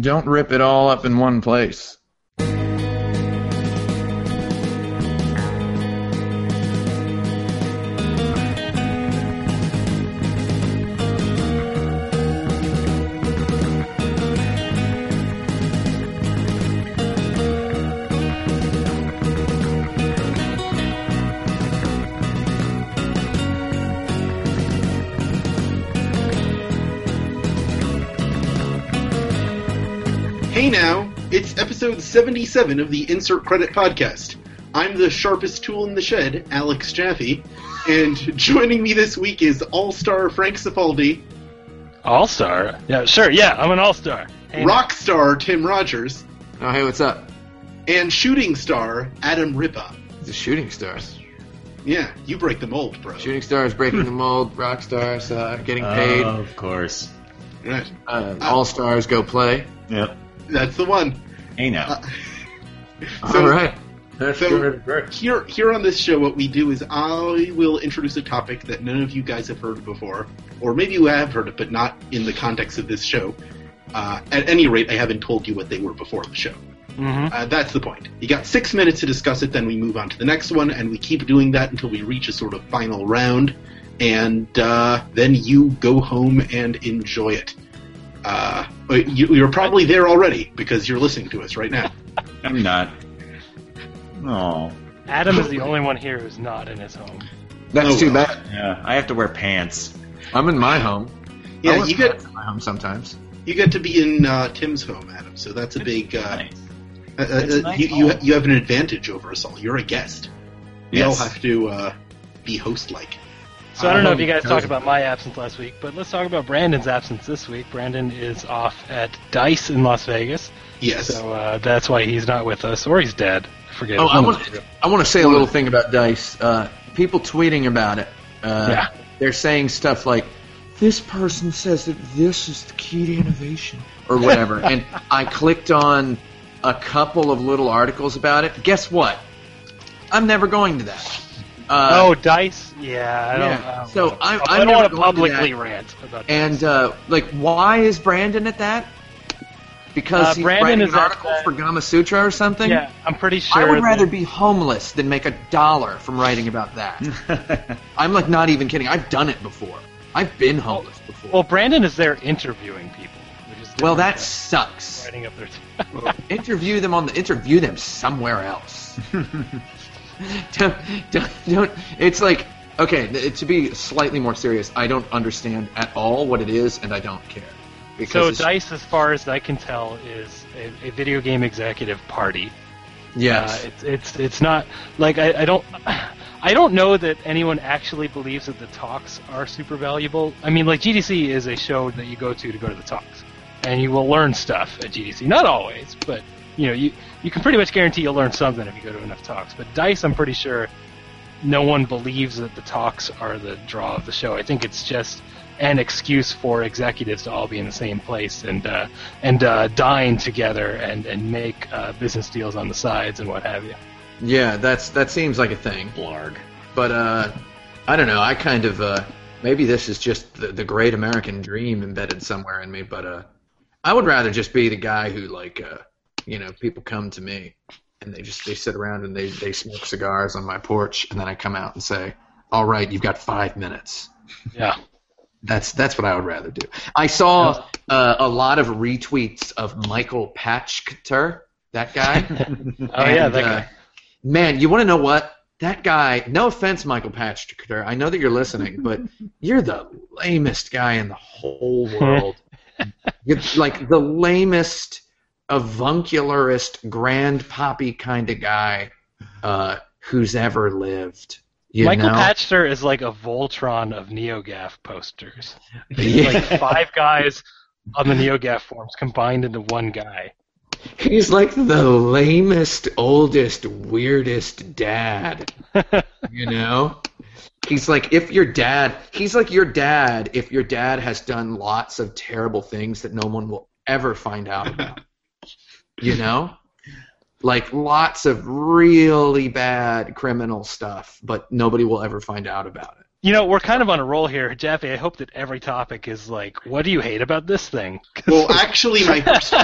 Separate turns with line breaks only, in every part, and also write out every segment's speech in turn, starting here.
Don't rip it all up in one place.
Hey now, it's episode 77 of the Insert Credit Podcast. I'm the sharpest tool in the shed, Alex Jaffe, and joining me this week is all star Frank Cifaldi,
All star? Yeah, sure. Yeah, I'm an all star.
rock star Tim Rogers,
Oh, hey, what's up?
and shooting star Adam Ripa.
It's the shooting stars.
Yeah, you break the mold, bro.
Shooting stars breaking the mold. Rock stars uh, getting paid.
Oh.
Of course.
Right,
uh, all stars go play.
Yep.
That's the one.
Hey now.
So-
all right.
That's
So-
good advice.
Here, here on this show, what we do is I will introduce a topic that none of you guys have heard before, or maybe you have heard it, but not in the context of this show. Uh, at any rate, I haven't told you what they were before the show.
hmm
Uh, that's the point. You got six minutes to discuss it, then we move on to the next one, and we keep doing that until we reach a sort of final round, and uh, then you go home and enjoy it. Uh, you, you're probably there already because you're listening to us right now.
I'm not. Oh.
Adam is the only one here who's not in his home.
That's
Oh,
too
well.
bad.
Yeah. I have to wear pants.
I'm in my home. I
Yeah,
want
Uh, you get
pants in my home sometimes.
you get to be in uh, Tim's home, Adam. So that's a big. Uh,
Nice.
Uh,
It's
uh,
nice
you, you,
home.
you have an advantage over us all. You're a guest. We all
Yes.
have to uh, be host like.
So I don't know
Oh,
if you guys
that
talked
was-
about my absence last week, but let's talk about Brandon's absence this week. Brandon is off at Dice in Las Vegas,
Yes.
so uh, that's why he's not with us, or he's dead. I forget.
Oh,
One
I
of
want
the two.
to. I want to say a little thing about Dice. Uh, people tweeting about it. Uh,
Yeah.
They're saying stuff like, "This person says that this is the key to innovation," or whatever. and I clicked on a couple of little articles about it. Guess what? I'm never going to that. Uh,
oh, Dice. Yeah, I don't.
yeah.
I don't
So
wanna-
I-
I
I'm
don't
never
want to
going to that.
publicly rant about. Dice.
And uh, like, why is Brandon at that? Because
Uh,
he's
Brandon
writing
is
an
at
article
that-
for Gama Sutra or something.
yeah, I'm pretty sure.
I would
that-
rather be homeless than make a dollar from writing about that. I'm like not even kidding. I've done it before. I've been homeless before.
Well,
Well,
Brandon is there interviewing people. Which is different
that
than
sucks.
writing up their.
Interview them on the interview them somewhere else. don't, don't, don't. It's like okay. th- To be slightly more serious, I don't understand at all what it is, and I don't care.
So
Because it's-
Dice, as far as I can tell, is a, a video game executive party.
yes,
Uh, it's, it's it's not like I, I don't I don't know that anyone actually believes that the talks are super valuable. I mean, like GDC is a show that you go to to go to the talks, and you will learn stuff at GDC. Not always, but you know you you can pretty much guarantee you'll learn something if you go to enough talks. But Dice, I'm pretty sure no one believes that the talks are the draw of the show. I think it's just an excuse for executives to all be in the same place and uh, and uh, dine together and and make uh, business deals on the sides and what have you.
yeah. That's that seems like a thing.
Blarg.
But uh, I don't know. I kind of uh, maybe this is just the, the great American dream embedded somewhere in me. But uh, I would rather just be the guy who like uh, you know people come to me and they just they sit around and they they smoke cigars on my porch and then I come out and say, all right, you've got five minutes.
Yeah.
That's that's what I would rather do. I saw uh, a lot of retweets of Michael Patchkter, that guy.
Oh yeah,
And,
that
uh,
guy.
Man, you want to know what? That guy, no offense, Michael Patchker, I know that you're listening, but you're the lamest guy in the whole world. you're like the lamest, avuncularist, grand poppy kind of guy uh, who's ever lived. You
Michael
know?
Patchter is like a Voltron of NeoGAF posters. He's
Yeah.
like five guys on the NeoGAF forums combined into one guy.
He's like the lamest, oldest, weirdest dad. you know? He's like if your dad he's like your dad if your dad has done lots of terrible things that no one will ever find out about. you know? Like lots of really bad criminal stuff, but nobody will ever find out about it.
You know, we're kind of on a roll here, Jaffe. I hope that every topic is like, what do you hate about this thing? 'Cause-
Well, actually, my first,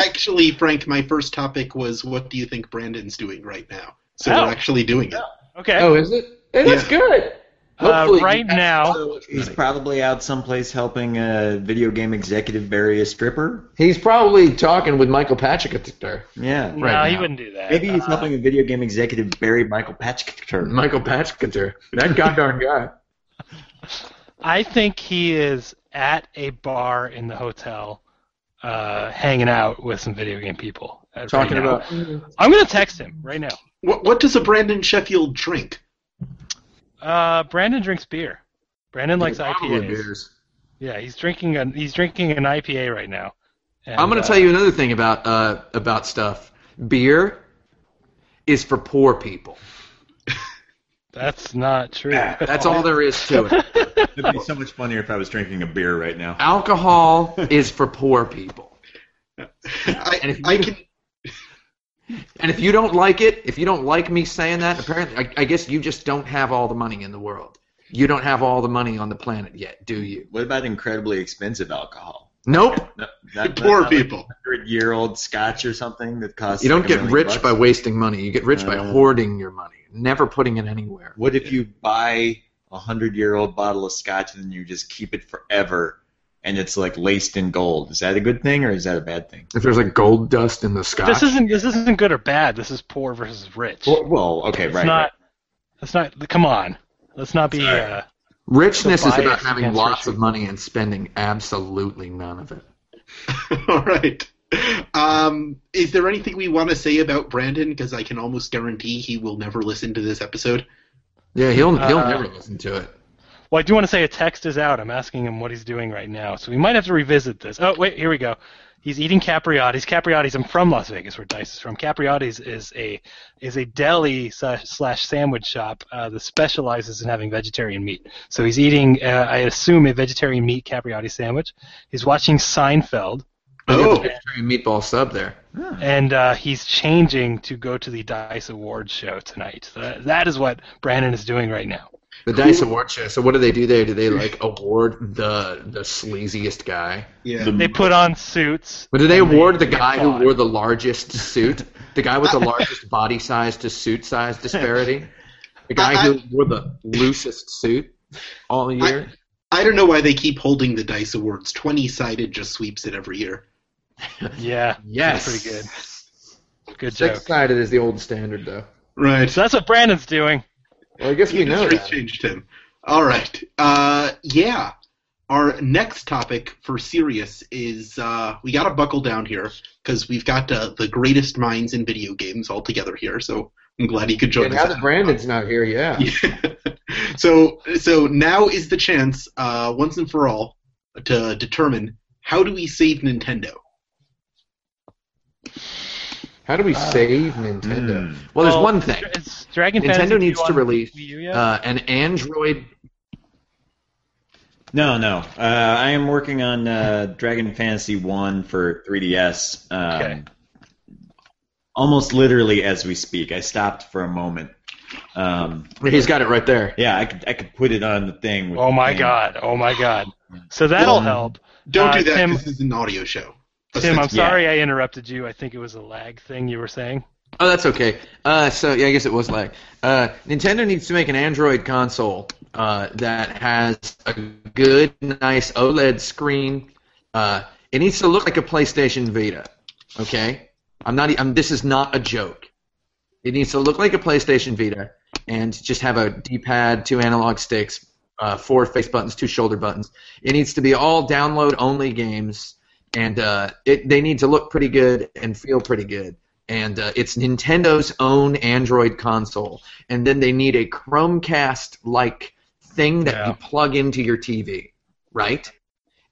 actually, Frank, my first topic was what do you think Brandon's doing right now? So
Oh.
we're actually doing it.
okay.
Oh, is it? Hey, that's good.
Uh,
Hopefully
right now-
He's probably out someplace helping a video game executive bury a stripper.
he's probably talking with Michael Patrick there.
Yeah.
no,
right
he
now.
wouldn't do that.
Maybe he's
Uh,
helping a video game executive bury Michael Patchketer.
Michael Patrick there. That goddamn guy.
I think he is at a bar in the hotel, uh, hanging out with some video game people. uh,
Talking
right now.
about
I'm gonna text him right now.
What, what does a Brandon Sheffield drink?
Uh, Brandon drinks beer. Brandon likes
Probably
IPAs.
beers.
Yeah, he's drinking an he's drinking an IPA right now. And,
I'm going
uh,
to tell you another thing about uh, about stuff. Beer is for poor people.
that's not true.
That's all there is to it.
It'd be so much funnier if I was drinking a beer right now.
Alcohol is for poor people. And
I,
if you-
I can.
And if you don't like it, if you don't like me saying that, apparently, I, I guess you just don't have all the money in the world. You don't have all the money on the planet yet, do you?
What about incredibly expensive alcohol?
Nope.
No, not- not
Poor
like
people.
Hundred-year-old scotch or something that costs.
You don't
like a
get
million
rich
bucks?
by wasting money. You get rich by
Uh.
hoarding your money, never putting it anywhere.
What if you buy a hundred-year-old bottle of scotch and then you just keep it forever, and it's like laced in gold? Is that a good thing or is that a bad thing?
If there's like gold dust in the sky,
this isn't this isn't good or bad. This is poor versus rich.
Well, well okay,
it's
right.
not. It's not. Come on. Let's not be.
Sorry.
Uh,
richness is
bias
about having
against
lots
rich
of money and spending absolutely none of it.
All right. Um, is there anything we want to say about Brandon? Because I can almost guarantee he will never listen to this episode.
Yeah, he'll he'll
Uh.
never listen to it.
well, I do want to say a text is out. I'm asking him what he's doing right now, so we might have to revisit this. Oh wait, here we go. He's eating Capriotti's. Capriotti's. I'm from Las Vegas, where Dice is from. Capriotti's is a is a deli slash, slash sandwich shop uh, that specializes in having vegetarian meat. So he's eating, uh, I assume, a vegetarian meat Capriotti sandwich. He's watching Seinfeld.
Oh,
Vegetarian meatball sub there.
and uh, he's changing to go to the Dice Awards show tonight. So that, that is what Brandon is doing right now.
The Dice Award show. So what do they do there? Do they like award the the sleaziest guy?
yeah.
The-
They put on suits.
But do they
and
award the guy
get
who
caught.
wore the largest suit? The guy with the largest body size to suit size disparity? The guy who wore the loosest suit all year?
I don't know why they keep holding the Dice Awards. Twenty sided just sweeps it every year.
Yeah,
yes.
pretty good. good
Six
joke.
sided is the old standard, though.
Right.
So that's what Brandon's doing.
Well, I guess we know
Industry
that.
changed him. All right. Uh, yeah. Our next topic for serious is uh, we got to buckle down here because we've got uh, the greatest minds in video games all together here. So I'm glad you could join
And
us.
now that Brandon's not here, yeah.
so so now is the chance uh, once and for all to determine how do we save Nintendo.
How do we
Uh,
save Nintendo?
Mm.
Well, there's one thing.
It's Dragon Fantasy
Nintendo needs
II
to
on
release
Wii U yet?
uh, an Android.
No, no. Uh, I am working on uh, Dragon Fantasy One for 3DS. Um,
Okay.
Almost literally as we speak. I stopped for a moment. Um,
He's got it right there.
yeah, I could I could put it on the thing. With
oh
the
my
thing.
god! Oh my god! So that'll
Um,
help.
Don't
Uh,
do that.
Tim-
this is an audio show. Oh,
Tim, I'm
that's- yeah.
sorry I interrupted you. I think it was a lag thing you were saying.
Oh, that's okay. Uh, so yeah, I guess it was lag. Uh, Nintendo needs to make an Android console uh, that has a good, nice OLED screen. Uh, it needs to look like a PlayStation Vita. Okay, I'm not. e, I'm, this is not a joke. It needs to look like a PlayStation Vita and just have a D-pad, two analog sticks, uh, four face buttons, two shoulder buttons. It needs to be all download-only games, and uh, it, they need to look pretty good and feel pretty good and uh, it's Nintendo's own Android console. And then they need a Chromecast-like thing that
Yeah.
you plug into your TV, right?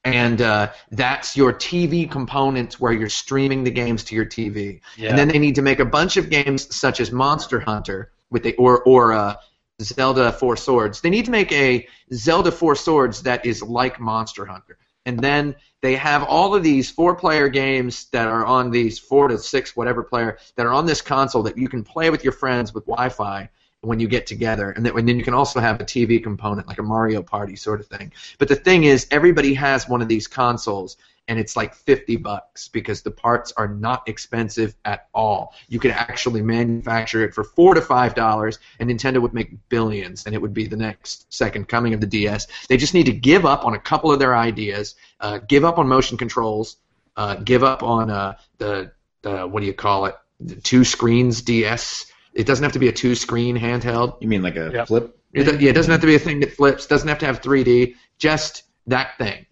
And uh, that's your TV component where you're streaming the games to your TV.
Yeah.
And then they need to make a bunch of games such as Monster Hunter with the or or uh, Zelda Four Swords. They need to make a Zelda Four Swords that is like Monster Hunter. And then they have all of these four-player games that are on these four to six whatever player that are on this console that you can play with your friends with Wi-Fi. when you get together, and, that, and then you can also have a TV component, like a Mario Party sort of thing. But the thing is, everybody has one of these consoles, and it's like 50 bucks because the parts are not expensive at all. You could actually manufacture it for four to five dollars, and Nintendo would make billions, and it would be the next second coming of the DS. They just need to give up on a couple of their ideas, uh, give up on motion controls, uh, give up on uh, the, the what do you call it, the two screens DS. It doesn't have to be a two screen handheld.
You mean like a
Yep.
flip?
It, do- yeah, it doesn't have to be a thing that flips. Doesn't have to have 3D. Just that thing.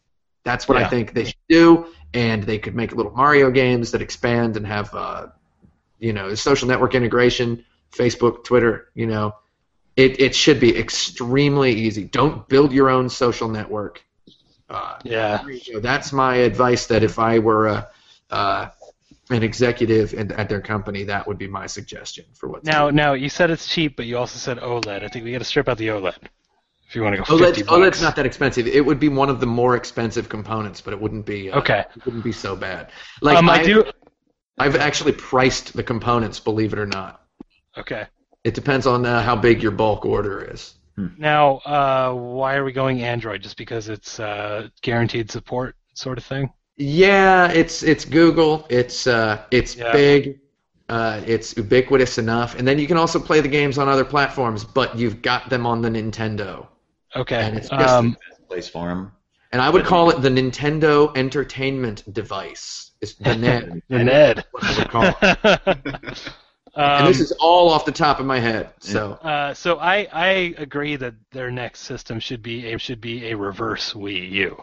That's what I
Yeah.
think they should do. And they could make little Mario games that expand and have, uh, you know, social network integration, Facebook, Twitter. You know, it it should be extremely easy. Don't build your own social network. Uh,
Yeah.
so that's my advice. That if I were a, uh, an executive at, at their company, that would be my suggestion for what. to do.
Now, now you said it's cheap, but you also said OLED. I think we got to strip out the OLED if you want to go
OLED's,
fifty
OLED's
bucks.
oh, not that expensive. It would be one of the more expensive components, but it wouldn't be uh,
Okay.
It wouldn't be so bad. Like
um, I
I,
do.
I've actually priced the components, believe it or not.
Okay.
It depends on uh, how big your bulk order is.
Now, uh, why are we going Android? Just because it's uh, guaranteed support, sort of thing.
Yeah, it's it's Google. It's uh, it's
Yeah.
big. Uh, it's ubiquitous enough, and then you can also play the games on other platforms, but you've got them on the Nintendo,
Okay.
and it's just
um,
Place for him.
and I would call it the Nintendo Entertainment Device. It's the NED,
Ned.
what I would call it. and
um,
this is all off the top of my head. So
uh, so I, I agree that their next system should be a, should be a reverse Wii U.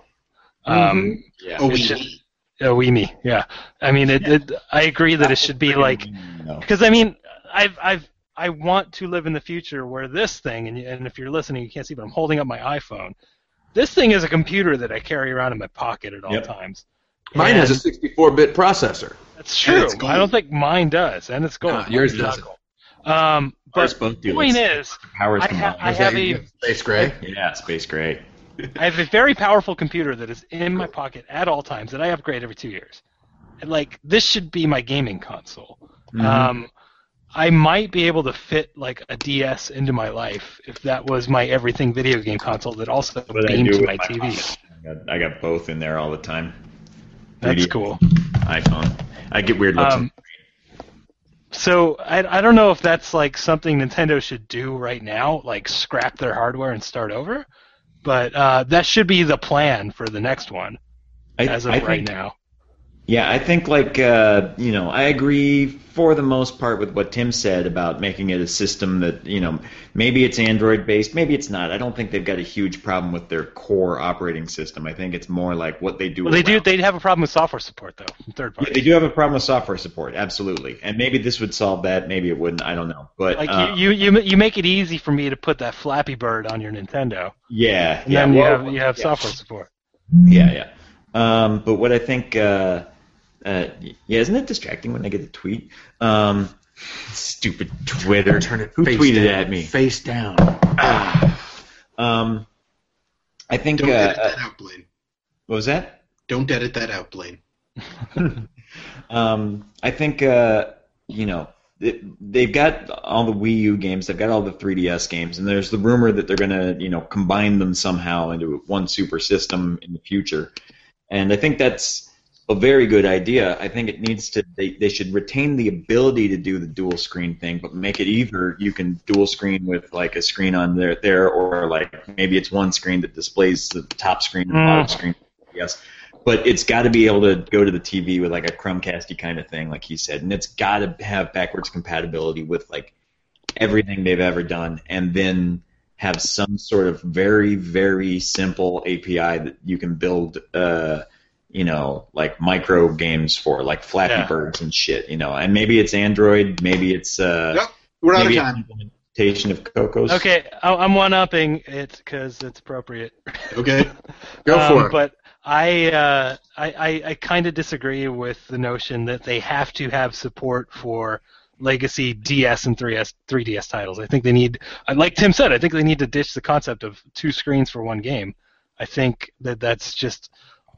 Um,
Yeah.
Oh, we
should-
Mm-hmm.
a Wii Me, yeah. I mean, it, it, I agree that it should be like
No.
because I mean, I've I've I want to live in the future where this thing, and, and if you're listening, you can't see, but I'm holding up my iPhone. This thing is a computer that I carry around in my pocket at all
Yep.
times.
mine has
And
a 64-bit processor.
That's true.
it's gold.
I don't think mine does, and it's gold.
No, yours
Mine's not
doesn't.
gold. Um,
Ours
but
both
the
do.
point
It's
is,
powers
I
combined.
ha- I have a
space gray.
yeah, space gray.
I have a very powerful computer that is in my pocket at all times that I upgrade every two years. And like this should be my gaming console.
Mm-hmm.
Um, I might be able to fit like a DS into my life if that was my everything video game console that also
What I
beamed
do
to
with
my TV.
I got, I got both in there all the time.
That's
3D,
cool.
iPhone. I get weird looks.
Um, so I, I don't know if that's like something Nintendo should do right now, like scrap their hardware and start over. But uh, that should be the plan for the next one
I,
as of
I
right
think-
now.
Yeah, I think like uh, you know, I agree for the most part with what Tim said about making it a system that you know maybe it's Android based, maybe it's not. I don't think they've got a huge problem with their core operating system. I think it's more like what they do.
Well, they do.
around-
They have a problem with software support though from third
Yeah,
parties.
they do have a problem with software support, absolutely, and maybe this would solve that. Maybe it wouldn't. I don't know, but
Like
uh,
you, you, you, you make it easy for me to put that Flappy Bird on your Nintendo,
yeah,
and
yeah,
then you
well,
have you have
yeah.
software support.
Yeah,
Mm-hmm.
yeah. Um, but what I think, uh, uh, yeah, isn't it distracting when I get the tweet? Um, stupid Twitter.
Turn it
Who
face
tweeted
down,
at me?
Face down.
Um, I think. Uh,
Don't edit
uh,
that out, Blaine.
what was that?
Don't edit that out, Blaine.
Um, I think uh, you know th- they've got all the Wii U games, they've got all the 3DS games, and there's the rumor that they're gonna you know combine them somehow into one super system in the future. And I think that's a very good idea. I think it needs to they, they should retain the ability to do the dual screen thing, but make it either you can dual screen with like a screen on there there or like maybe it's one screen that displays the top screen and the bottom
Mm.
screen. Yes but it's got to be able to go to the TV with like a Chromecasty kind of thing, like he said, and it's got to have backwards compatibility with like everything they've ever done, and then have some sort of very very simple API that you can build, uh, you know, like micro games for, like Flappy
Yeah.
Birds and shit, you know, and maybe it's Android, maybe it's uh,
Yep, We're out of
maybe it's
time.
implementation of Cocos.
Okay, I, I'm one upping it because it's appropriate.
Okay.
Go
Um,
for it.
But I uh, I, I, I kind of disagree with the notion that they have to have support for legacy DS and 3S 3DS titles. I think they need, I- like Tim said, I think they need to ditch the concept of two screens for one game. I think that that's just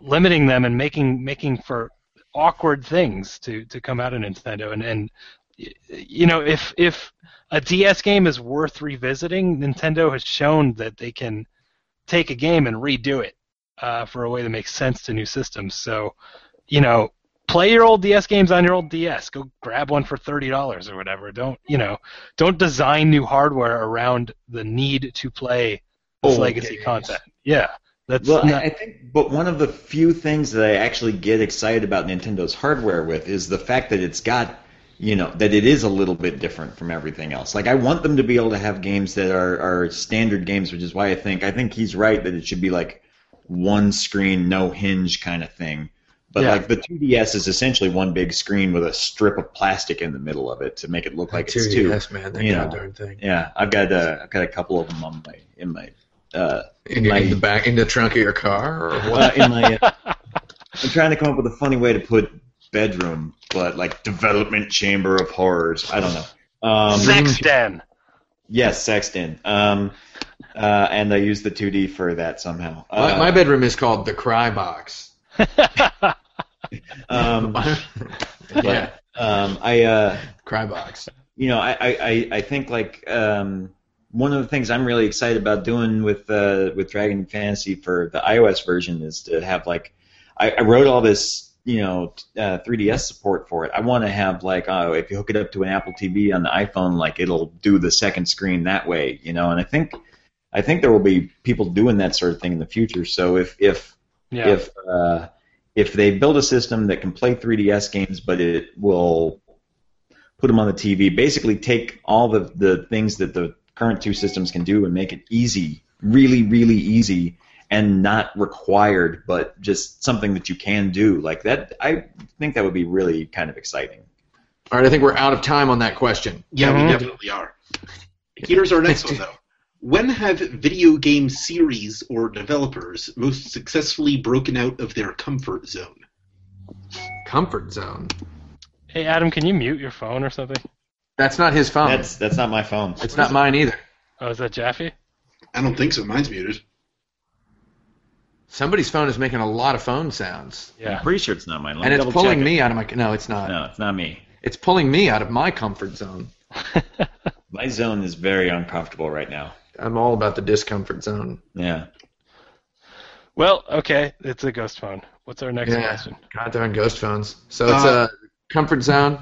limiting them and making making for awkward things to, to come out of Nintendo and, and y- you know, if if a DS game is worth revisiting, Nintendo has shown that they can take a game and redo it uh, for a way that makes sense to new systems. So, you know, play your old DS games on your old DS. Go grab one for thirty dollars or whatever. Don't you know? Don't design new hardware around the need to play this
Old
legacy
games.
content. Yeah, that's
Well,
not,
I, I think, but one of the few things that I actually get excited about Nintendo's hardware with is the fact that it's got, you know, that it is a little bit different from everything else. Like I want them to be able to have games that are are standard games, which is why I think I think he's right that it should be like one screen, no hinge kind of thing. But
Yeah.
like the 2DS is essentially one big screen with a strip of plastic in the middle of it to make it look like it's two.
Yes, man, that
you know.
goddamn thing.
Yeah, I've got uh, I've got a couple of them on my in my. Uh,
In, your- in
My-
the back, in the trunk of your car, or what?
uh, in my, uh, I'm trying to come up with a funny way to put bedroom, but like development chamber of horrors. I don't know. Um,
sex den.
Yes, Sexton. Um, uh, and I used the 2D for that somehow.
my,
Uh,
my bedroom is called the Cry Box.
um, but,
yeah,
um, I. Uh,
Cry Box.
you know, I, I, I- I think like um, one of the things I'm really excited about doing with uh, with Dragon Fantasy for the iOS version is to have like I, I wrote all this you know t- uh, 3DS support for it. I want to have like oh if you hook it up to an Apple TV on the iPhone like it'll do the second screen that way you know and I think I think there will be people doing that sort of thing in the future. So if if
Yeah.
if uh, if they build a system that can play 3DS games, but it will put them on the TV, basically take all the, the things that the current two systems can do and make it easy, really, really easy, and not required, but just something that you can do like that. I think that would be really kind of exciting.
All right, I think we're out of time on that question.
Yeah,
Mhm.
we definitely are. Here's our next one, though. When have video game series or developers most successfully broken out of their comfort zone?
Comfort zone.
hey Adam, can you mute your phone or something?
That's not his phone.
That's that's not my phone.
it's not mine either.
Oh, is that Jaffe?
I don't think so. Mine's muted.
Somebody's phone is making a lot of phone sounds,
I'm
Yeah.
pretty sure it's not mine. Let
and
me
it's
double
pulling
check
me out of my. No, it's not.
It. No, it's not me.
It's pulling me out of my comfort zone.
My zone is very uncomfortable right now.
I'm all about the discomfort zone.
Yeah.
well, okay, it's a ghost phone. What's our next
Yeah.
question?
God darn ghost phones. So it's
Uh,
a comfort zone.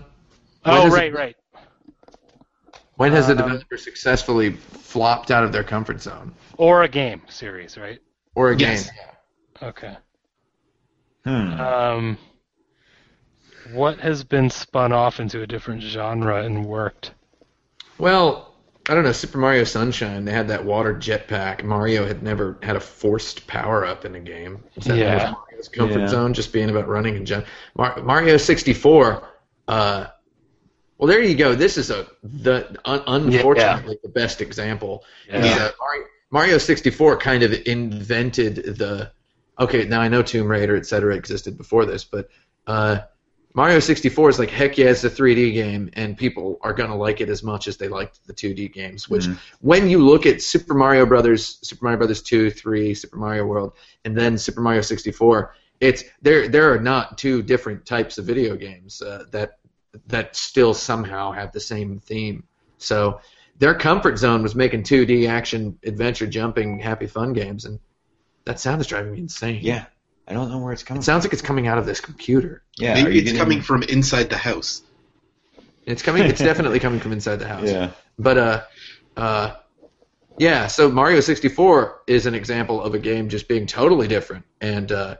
Why
Oh,
does it-
right, right.
When has a
Um,
developer successfully flopped out of their comfort zone
Or a game series, right?
or a
Yes.
game?
Okay.
Hmm.
Uh,
Um, what has been spun off into a different genre and worked?
Well, I don't know. Super Mario Sunshine, they had that water jetpack. Mario had never had a forced power up in a game. Is that
Yeah.
was Mario's comfort
Yeah.
zone, just being about running and jump. Mar- Mario 64. Uh, well, there you go. This is a the un- unfortunately the best example.
Yeah.
Is that Mario, Mario 64 kind of invented the. Okay, now I know Tomb Raider, et cetera, existed before this, but uh, Mario 64 is like, heck yeah, it's a 3D game, and people are going to like it as much as they liked the 2D games. Which,
Mhm.
when you look at Super Mario Brothers, Super Mario Brothers 2, 3, Super Mario World, and then Super Mario 64, it's there. There are not two different types of video games uh, that that still somehow have the same theme. So their comfort zone was making 2D action, adventure, jumping, happy fun games, and that sound is driving me insane.
Yeah. I don't know where it's coming.
it sounds like it's coming out of this computer.
Yeah, are
Maybe
you
it's
getting-
coming from inside the house.
It's coming. It's definitely coming from inside the house.
Yeah,
But uh, uh, yeah. So Mario 64 is an example of a game just being totally different. And uh,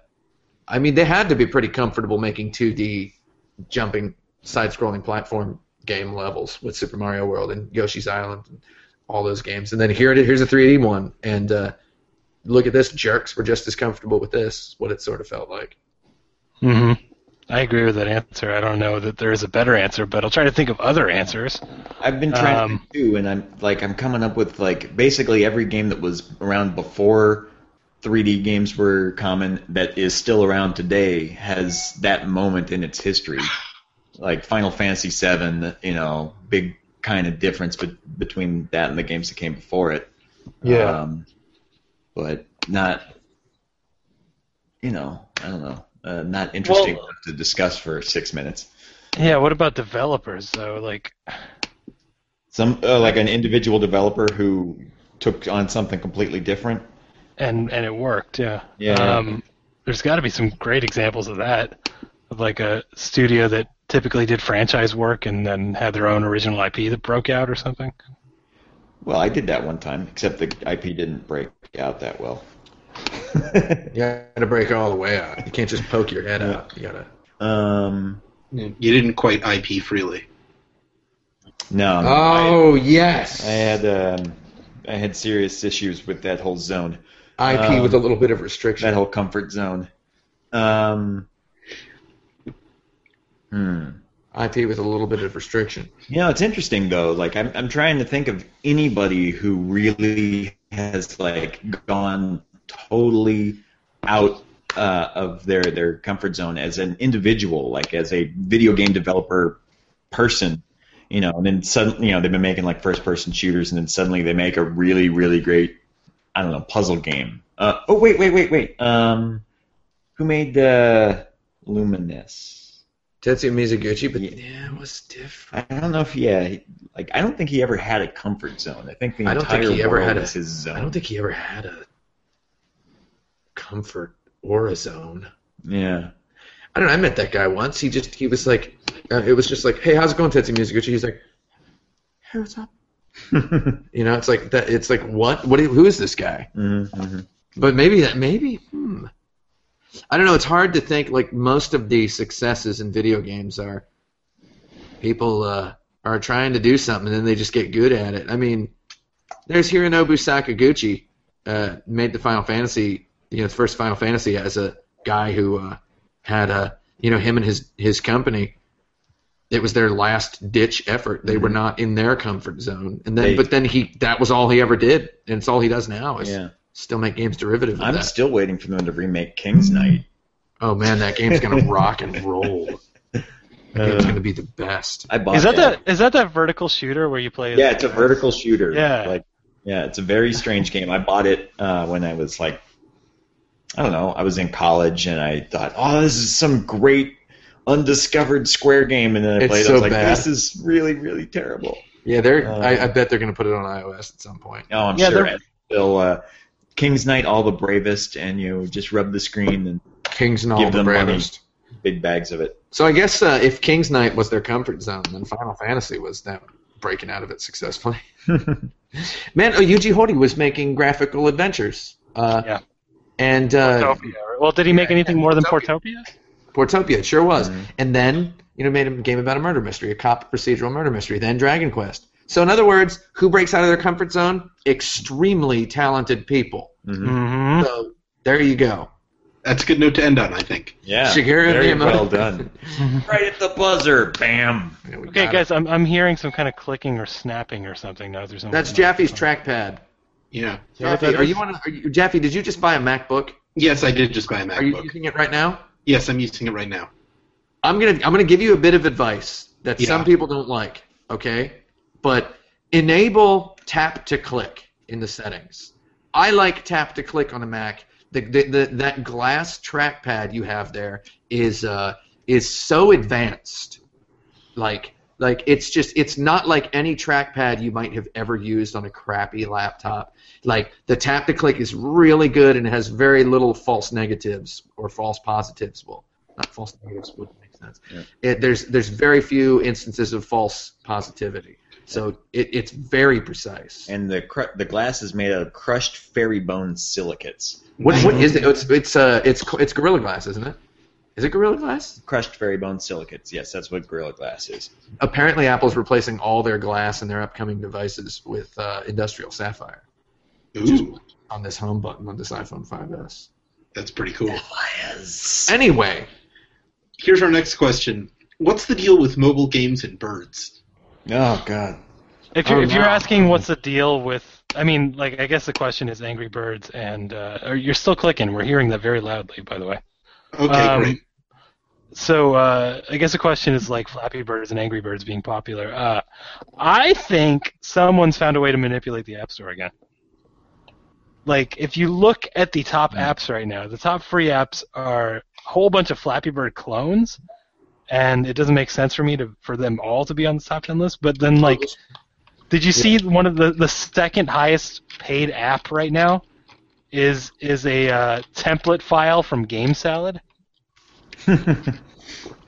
I mean, they had to be pretty comfortable making 2D jumping, side-scrolling platform game levels with Super Mario World and Yoshi's Island and all those games. And then here it here's a 3D one. And uh, look at this, jerks. We're just as comfortable with this. What it sort of felt like.
Mm-hmm. I agree with that answer. I don't know that there is a better answer, but I'll try to think of other answers.
I've been trying
Um,
to do, and I'm like, I'm coming up with like basically every game that was around before 3D games were common that is still around today has that moment in its history. Like Final Fantasy VII, you know, big kind of difference be- between that and the games that came before it.
Uh,
Um, but not, you know, I don't know, uh, not interesting
Well-
enough to discuss for six minutes.
Yeah, what about developers though? Like,
Some uh, like an individual developer who took on something completely different.
and and it worked. Yeah.
Yeah.
Um, there's got to be some great examples of that, of like a studio that typically did franchise work and then had their own original IP that broke out or something.
Well, I did that one time, except the IP didn't break out that well.
You gotta break it all the way out. You can't just poke your head out. You gotta.
um,
You didn't quite IP freely.
no.
Oh yes,
I had um, I had serious issues with that whole zone,
IP
um,
with a little bit of
that
restriction.
whole comfort zone. Um, hmm.
IP with a little bit of restriction.
You know, it's interesting though. Like, I'm I'm trying to think of anybody who really has like gone totally out uh, of their their comfort zone as an individual, like as a video game developer person. You know, and then suddenly, you know, they've been making like first person shooters, and then suddenly they make a really really great, I don't know, puzzle game. Uh, oh wait wait wait wait. Um, who made the Luminous?
Tetsuya Mizuguchi, but
Yeah.
yeah, it was different.
I don't know if yeah, he, like I don't think he ever had a comfort zone. I think the
I don't
entire
think he ever
world
had a-
was his zone.
I don't think he ever had a comfort or a zone.
yeah,
I don't know. I met that guy once. He just he was like, uh, it was just like, hey, how's it going, Tetsuya Mizuguchi? He's like, hey, what's up? You know, it's like that. It's like what? What? do you- Who is this guy?
mm-hmm.
But maybe that maybe hmm. I don't know. It's hard to think. Like most of the successes in video games are people uh, are trying to do something and then they just get good at it. I mean, there's Hironobu Sakaguchi uh, made the Final Fantasy, you know, the first Final Fantasy as a guy who uh, had a, you know, him and his his company. It was their last ditch effort. They were not in their comfort zone, and then
Mm-hmm. They-
but then he that was all he ever did, and it's all he does now is
yeah.
still make games derivative of
I'm
that.
still waiting for them to remake King's Knight.
oh man, that game's gonna rock and roll. That game's
Uh,
gonna be the best.
I bought
Is that that is that that vertical shooter where you play?
Yeah, it's a vertical shooter.
Yeah.
like yeah, it's a very strange game. I bought it uh, when I was like, I don't know, I was in college, and I thought, oh, this is some great undiscovered Square game, and then I
It's
played. it. I
so
was like,
bad.
this is really really terrible.
Yeah, they're.
Uh,
I, I bet they're gonna put it on iOS at some point.
Oh, I'm
Yeah,
sure.
they're-
They'll uh, King's Knight, all the bravest, and you just rub the screen and
Kings and all
Give
the
them money.
bravest.
big bags of it.
So I guess uh, if King's Knight was their comfort zone, then Final Fantasy was them breaking out of it successfully. Man, oh, Yuji Horii was making graphical adventures. Uh,
Yeah.
And uh,
Portopia. right? Well, did he make anything more than Portopia?
Portopia, it sure was. And then, you know, made a game about a murder mystery, a cop procedural murder mystery, then Dragon Quest. So, in other words, who breaks out of their comfort zone? Extremely talented people.
Mm-hmm.
So, there you go.
That's a good note to end on, I think.
Yeah,
Shigeru
very
Miyamoto.
well done. right at the buzzer, bam.
Yeah, we
Mm-hmm. Okay,
got
guys,
it.
I'm, I'm hearing some kind of clicking or snapping or something now through some.
That's Jaffe's trackpad.
Yeah.
Yeah, that
Jaffe, are
is-
you on? A, are you, Jaffe, did you just buy a MacBook?
Yes, I did just buy a
Are you
MacBook.
using it right now?
Yes, I'm using it right now.
I'm gonna I'm gonna give you a bit of advice that
Yeah.
some people don't like. Okay, but enable tap to click in the settings. I like tap to click on a Mac. The, the, the that glass trackpad you have there is uh is so advanced. Like like it's just it's not like any trackpad you might have ever used on a crappy laptop. Like the tap to click is really good and has very little false negatives or false positives. Well, not false negatives would make sense. It, there's there's very few instances of false positivity. So it, it's very precise.
And the cr- the glass is made out of crushed fairy bone silicates.
What what is it? It's it's uh it's it's Gorilla Glass, isn't it? Is it Gorilla Glass?
Crushed fairy bone silicates. Yes, that's what Gorilla Glass is.
Apparently, Apple's replacing all their glass in their upcoming devices with uh, industrial sapphire
Ooh,
on this home button on this iPhone 5s.
that's pretty cool.
Anyway,
Here's our next question. What's the deal with mobile games and birds?
Oh God.
If you're,
Oh,
if you're
no.
asking what's the deal with, I mean, like, I guess the question is Angry Birds, and uh, or you're still clicking. We're hearing that very loudly, by the way.
Okay,
Um,
great.
So uh, I guess the question is like Flappy Birds and Angry Birds being popular. Uh, I think someone's found a way to manipulate the App Store again. Like if you look at the top apps right now, the top free apps are a whole bunch of Flappy Bird clones and it doesn't make sense for me to for them all to be on the top ten list. But then, like, did you see one of the the second highest paid app right now? Is is a uh, template file from Game Salad?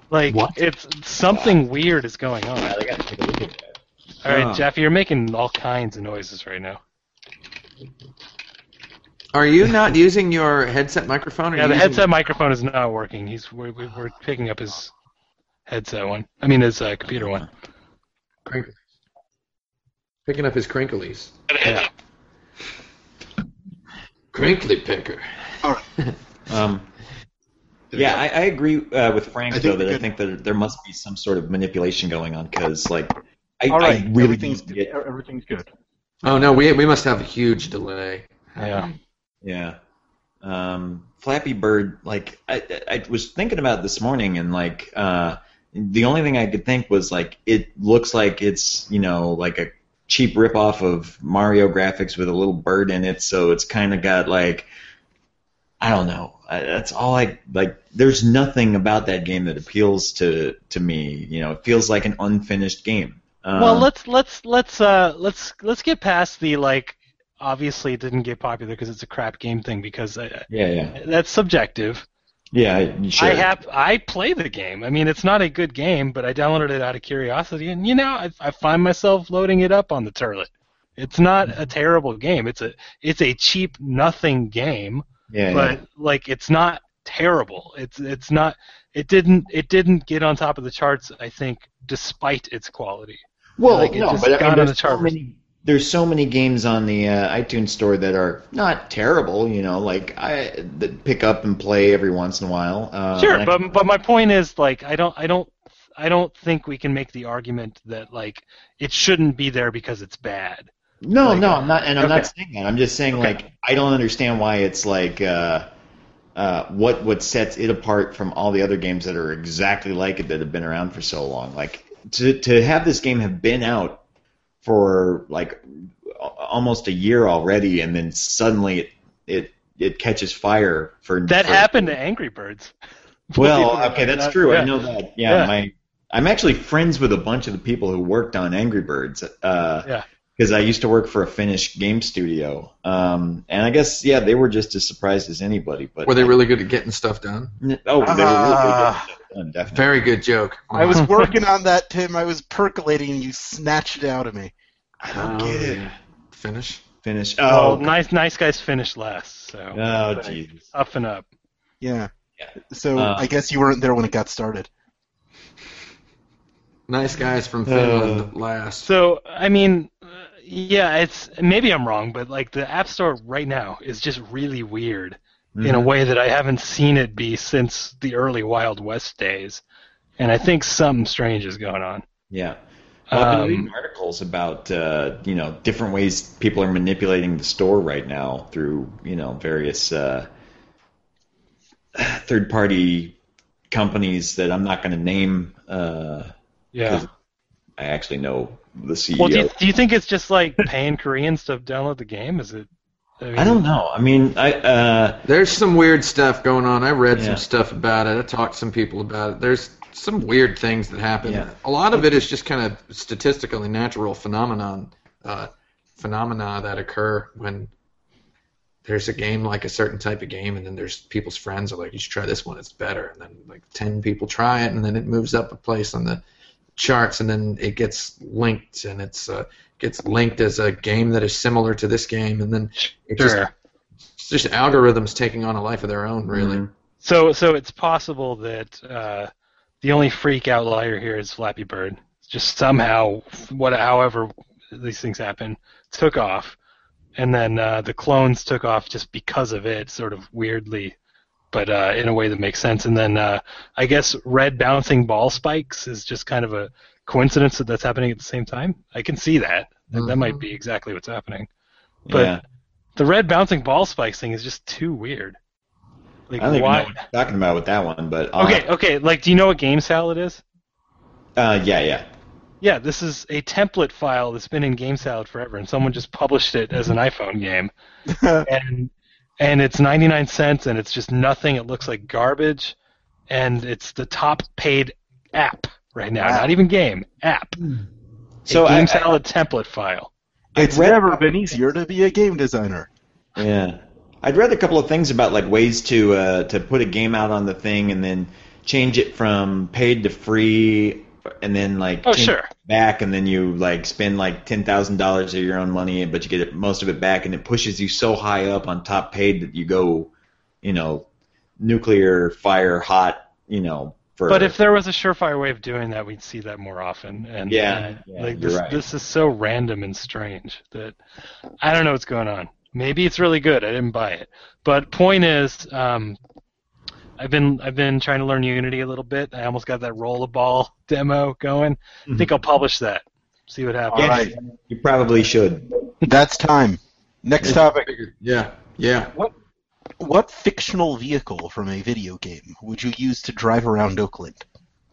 like
What?
it's something weird is going on.
I gotta take a look at that.
All right,
Huh.
Jeffy, you're making all kinds of noises right now.
Are you not using your headset microphone? or
Yeah, the
using-
headset microphone is not working. He's we're, we're we're picking up his headset one. I mean his uh, computer one.
Crinkle- Picking up his crinklies.
Yeah.
Crinkly picker.
Um, yeah, I, I agree uh, with Frank
I think
though
we
that I
could-
think that there must be some sort of manipulation going on because like I,
All right,
I really
everything's
don't get
everything's good.
Oh no, we we must have a huge delay.
Yeah.
yeah. Um, Flappy Bird, like I, I I was thinking about it this morning, and like uh, the only thing I could think was like it looks like it's you know like a cheap ripoff of Mario graphics with a little bird in it, so it's kind of got like I don't know. I, that's all I like. There's nothing about that game that appeals to to me. You know, it feels like an unfinished game. Um,
Well, let's let's let's uh let's let's get past the like obviously it didn't get popular because it's a crap game thing because uh,
yeah, yeah,
that's subjective.
yeah. Sure.
I have I play the game. I mean, it's not a good game, but I downloaded it out of curiosity, and you know, I, I find myself loading it up on the turlet. It's not a terrible game. It's a it's a cheap nothing game,
yeah, yeah.
but like it's not terrible. It's it's not it didn't it didn't get on top of the charts. I think despite its quality.
Well,
Like, it
no,
just
but I
got
mean,
on
there's
the
so
charts.
many there's so many games on the uh, iTunes store that are not terrible. You know, like I that pick up and play every once in a while. Uh, and
sure,
I-
but but my point is like I don't I don't I don't think we can make the argument that like it shouldn't be there because it's bad.
no,
like-
no, I'm not, and I'm
Okay.
not saying that. I'm just saying
Okay.
like I don't understand why it's like. Uh, uh, what what sets it apart from all the other games that are exactly like it that have been around for so long? Like to to have this game have been out for like a- almost a year already, and then suddenly it it, it catches fire for
That
for-
happened to Angry Birds. Believe it
Well,
or
okay,
not,
that's
that-
true.
yeah.
I know that. Yeah,
Yeah.
my I'm actually friends with a bunch of the people who worked on Angry Birds. Uh,
Yeah.
Because I used to work for a Finnish game studio, um, and I guess yeah, they were just as surprised as anybody. But
Were they really good at getting stuff done?
Oh, they
Ah.
were really good. Definitely.
Very good joke.
I was working on that, Tim. I was percolating, and you snatched it out of me. I don't
Oh,
get it.
yeah. Finish.
Finnish.
well,
Oh,
nice nice guys finish last, so
oh, Jesus.
up and up.
Yeah.
Yeah.
So
Uh,
I guess you weren't there when it got started.
Nice guys from Finland last.
So I mean, uh, yeah, it's maybe I'm wrong, but like the App Store right now is just really weird in a way that I haven't seen it be since the early Wild West days, and I think something strange is going on.
Yeah. Well, I've been reading
Um,
articles about uh, you know different ways people are manipulating the store right now through you know various uh, third party companies that I'm not going to name because
Yeah.
I actually know the E CEO.
Well, do you, do you think it's just like paying Koreans to download the game? Is it? mean,
I don't know. I mean, I uh,
There's some weird stuff going on. I read
Yeah.
some stuff about it. I talked to some people about it. There's some weird things that happen.
Yeah.
A lot of it is just kind of statistically natural phenomenon uh, phenomena that occur when there's a game like a certain type of game, and then there's people's friends are like, "You should try this one. It's better." And then like ten people try it, and then it moves up a place on the charts, and then it gets linked, and it's uh, gets linked as a game that is similar to this game, and then it just
Sure.
it's just algorithms taking on a life of their own, really.
Mhm.
So, so it's possible that uh, the only freak outlier here is Flappy Bird. Just somehow, what, however, these things happen, took off, and then uh, the clones took off just because of it, sort of weirdly, but uh, in a way that makes sense. And then uh, I guess red bouncing ball spikes is just kind of a coincidence that that's happening at the same time. I can see that. That- That might be exactly what's happening. But
yeah.
The red bouncing ball spikes thing is just too weird. Like
I don't even
why?
know what I'm talking about with that one, but I'll
Okay,
have-
okay. Like, do you know what game salad is?
uh, yeah, yeah.
Yeah, this is a template file that's been in game salad forever, and someone just published it as an iPhone game, and and it's 99 cents, and it's just nothing. It looks like garbage, and it's the top paid app right now.
App.
Not even game. App.
So
a game
I-
salad template file.
It's
read-
never been easier to be a game designer.
Yeah, I'd read a couple of things about like ways to uh, to put a game out on the thing and then change it from paid to free, and then like
Oh,
change
sure.
it back, and then you like spend like ten thousand dollars of your own money, but you get it, most of it back, and it pushes you so high up on top paid that you go, you know, nuclear fire hot, you know. For,
But if there was a surefire way of doing that, we'd see that more often. And
Yeah,
uh,
yeah,
like
you're
this,
right.
this is so random and strange that I don't know what's going on. Maybe it's really good. I didn't buy it. But point is, um, I've been I've been trying to learn Unity a little bit. I almost got that rollerball demo going. I
Mm-hmm.
think I'll publish that. See what happens.
Yeah, you probably should.
That's time. Next topic.
Yeah, yeah.
What fictional vehicle from a video game would you use to drive around Oakland?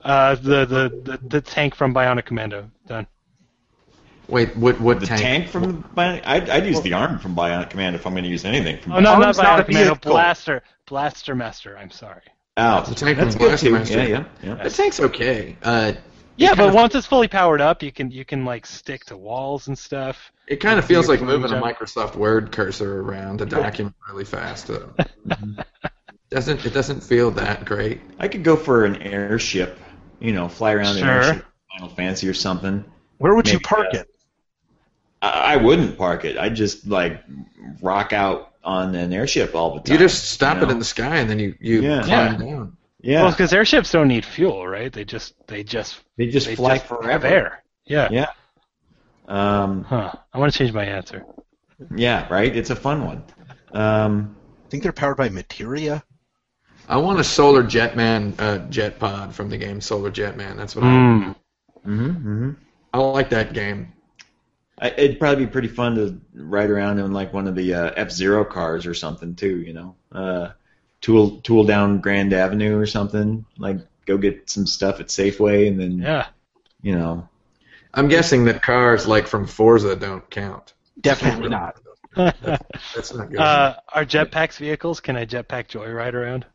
Uh, the, the, the the tank from Bionic Commando done.
Wait, what? What
The
tank?
tank from Bionic, I'd, I'd use the arm from Bionic Command if I'm going to use anything from.
Oh no, not
Arm's not a
Bionic Commando.
vehicle.
Blaster, Blaster Master. I'm sorry.
Oh,
The tank
that's
from
good too.
Blaster.
Yeah, yeah, yeah.
The tank's okay. Uh,
Yeah,
It
but
kinda-
once it's fully powered up, you can you can like stick to walls and stuff.
it kind of feels like moving
Yeah.
a Microsoft Word cursor around a document really fast. Though. doesn't it doesn't feel that great?
I could go for an airship, you know, fly around in an
Sure.
airship, Final Fantasy or something.
Where would you
Maybe,
park
uh,
it?
I, I wouldn't park it. I'd just like rock out on an airship all the time.
You just stop
you know?
it in the sky and then you you
Yeah.
climb down.
yeah.
Well, 'cause because airships don't need fuel, right? They just they just
they just
they
fly
just have
forever.
air. Yeah.
Yeah. Um,
Huh. I want to change my answer.
yeah, right. It's a fun one. Um,
I think they're powered by materia.
I want a solar jetman uh, jet pod from the game Solar Jetman. That's what
Mm.
hmm hmm
I, I like that game.
I, it'd probably be pretty fun to ride around in like one of the uh, F Zero cars or something too. You know, uh, tool tool down Grand Avenue or something. Like go get some stuff at Safeway and then
Yeah.
you know.
I'm guessing that cars like from Forza don't count.
Definitely not.
That's not good.
Uh, are jetpacks vehicles? Can I jetpack joyride around?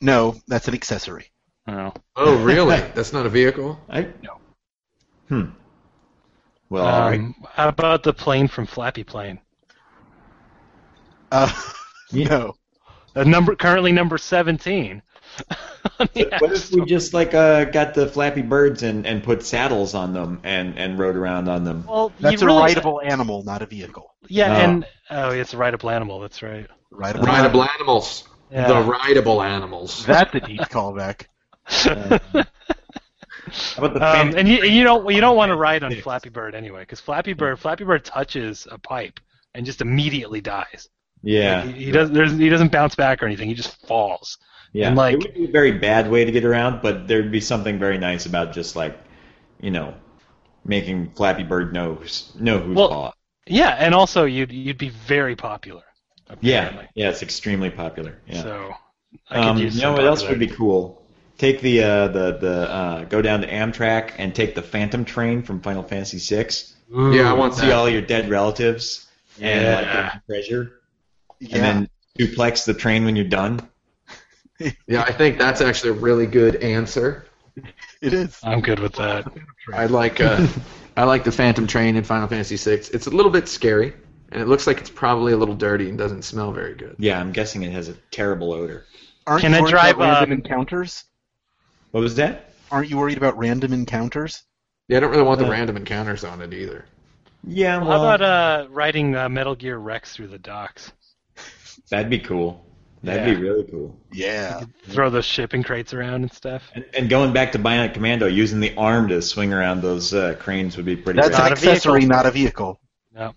No, that's an accessory.
No.
oh really? That's not a vehicle.
I
No.
Hmm. Well, all right.
Um, how about the plane from Flappy Plane?
Uh,
Yeah.
No.
Uh, number currently number seventeen. on the
What
App
if we
Store.
just like uh, got the Flappy Birds and, and put saddles on them and, and rode around on them?
well, you
That's a
really-
rideable animal, not a vehicle.
Yeah,
Oh.
and oh, it's a rideable animal. That's right.
Rideable.
Rideable animals.
Yeah.
The rideable animals.
That's a deep callback.
Uh, How about the
Um,
fan-
and you, and you don't you don't want to ride on Flappy Bird anyway, because Flappy Bird Flappy Bird touches a pipe and just immediately dies.
yeah,
Like, he, he doesn't there's, he doesn't bounce back or anything. He just falls.
yeah.
and, like-
it would be a very bad way to get around, but there'd be something very nice about just like, you know, making Flappy Bird know who's, know who's
Well,
boss.
Yeah, and also you'd you'd be very popular.
Yeah,
apparently.
yeah, it's extremely popular. Yeah.
So I could
Um,
use
you know
some
what else would
popularity.
be cool? Take the uh, the the uh, go down to Amtrak and take the Phantom train from Final Fantasy VI.
Ooh.
Yeah, I want
See
that.
all your dead relatives and like,
Yeah.
the treasure,
Yeah.
and then duplex the train when you're done.
Yeah, I think that's actually a really good answer.
It is.
I'm good with that.
I like uh, I like the Phantom Train in Final Fantasy VI. It's a little bit scary, and it looks like it's probably a little dirty and doesn't smell very good.
Yeah, I'm guessing it has a terrible odor.
Aren't
Can
you
I
worried
drive,
about random
um,
encounters?
What was that?
Aren't you worried about random encounters?
Yeah, I don't really want the
Uh,
random encounters on it either.
Yeah, well,
How about uh, riding uh, Metal Gear Rex through the docks?
that'd be cool. That'd
Yeah.
be really cool.
Yeah.
Throw those shipping crates around and stuff.
And, and going back to Bionic Commando, using the arm to swing around those uh, cranes would be pretty. rad.
That's an
Not a vehicle.
accessory, not a vehicle.
No.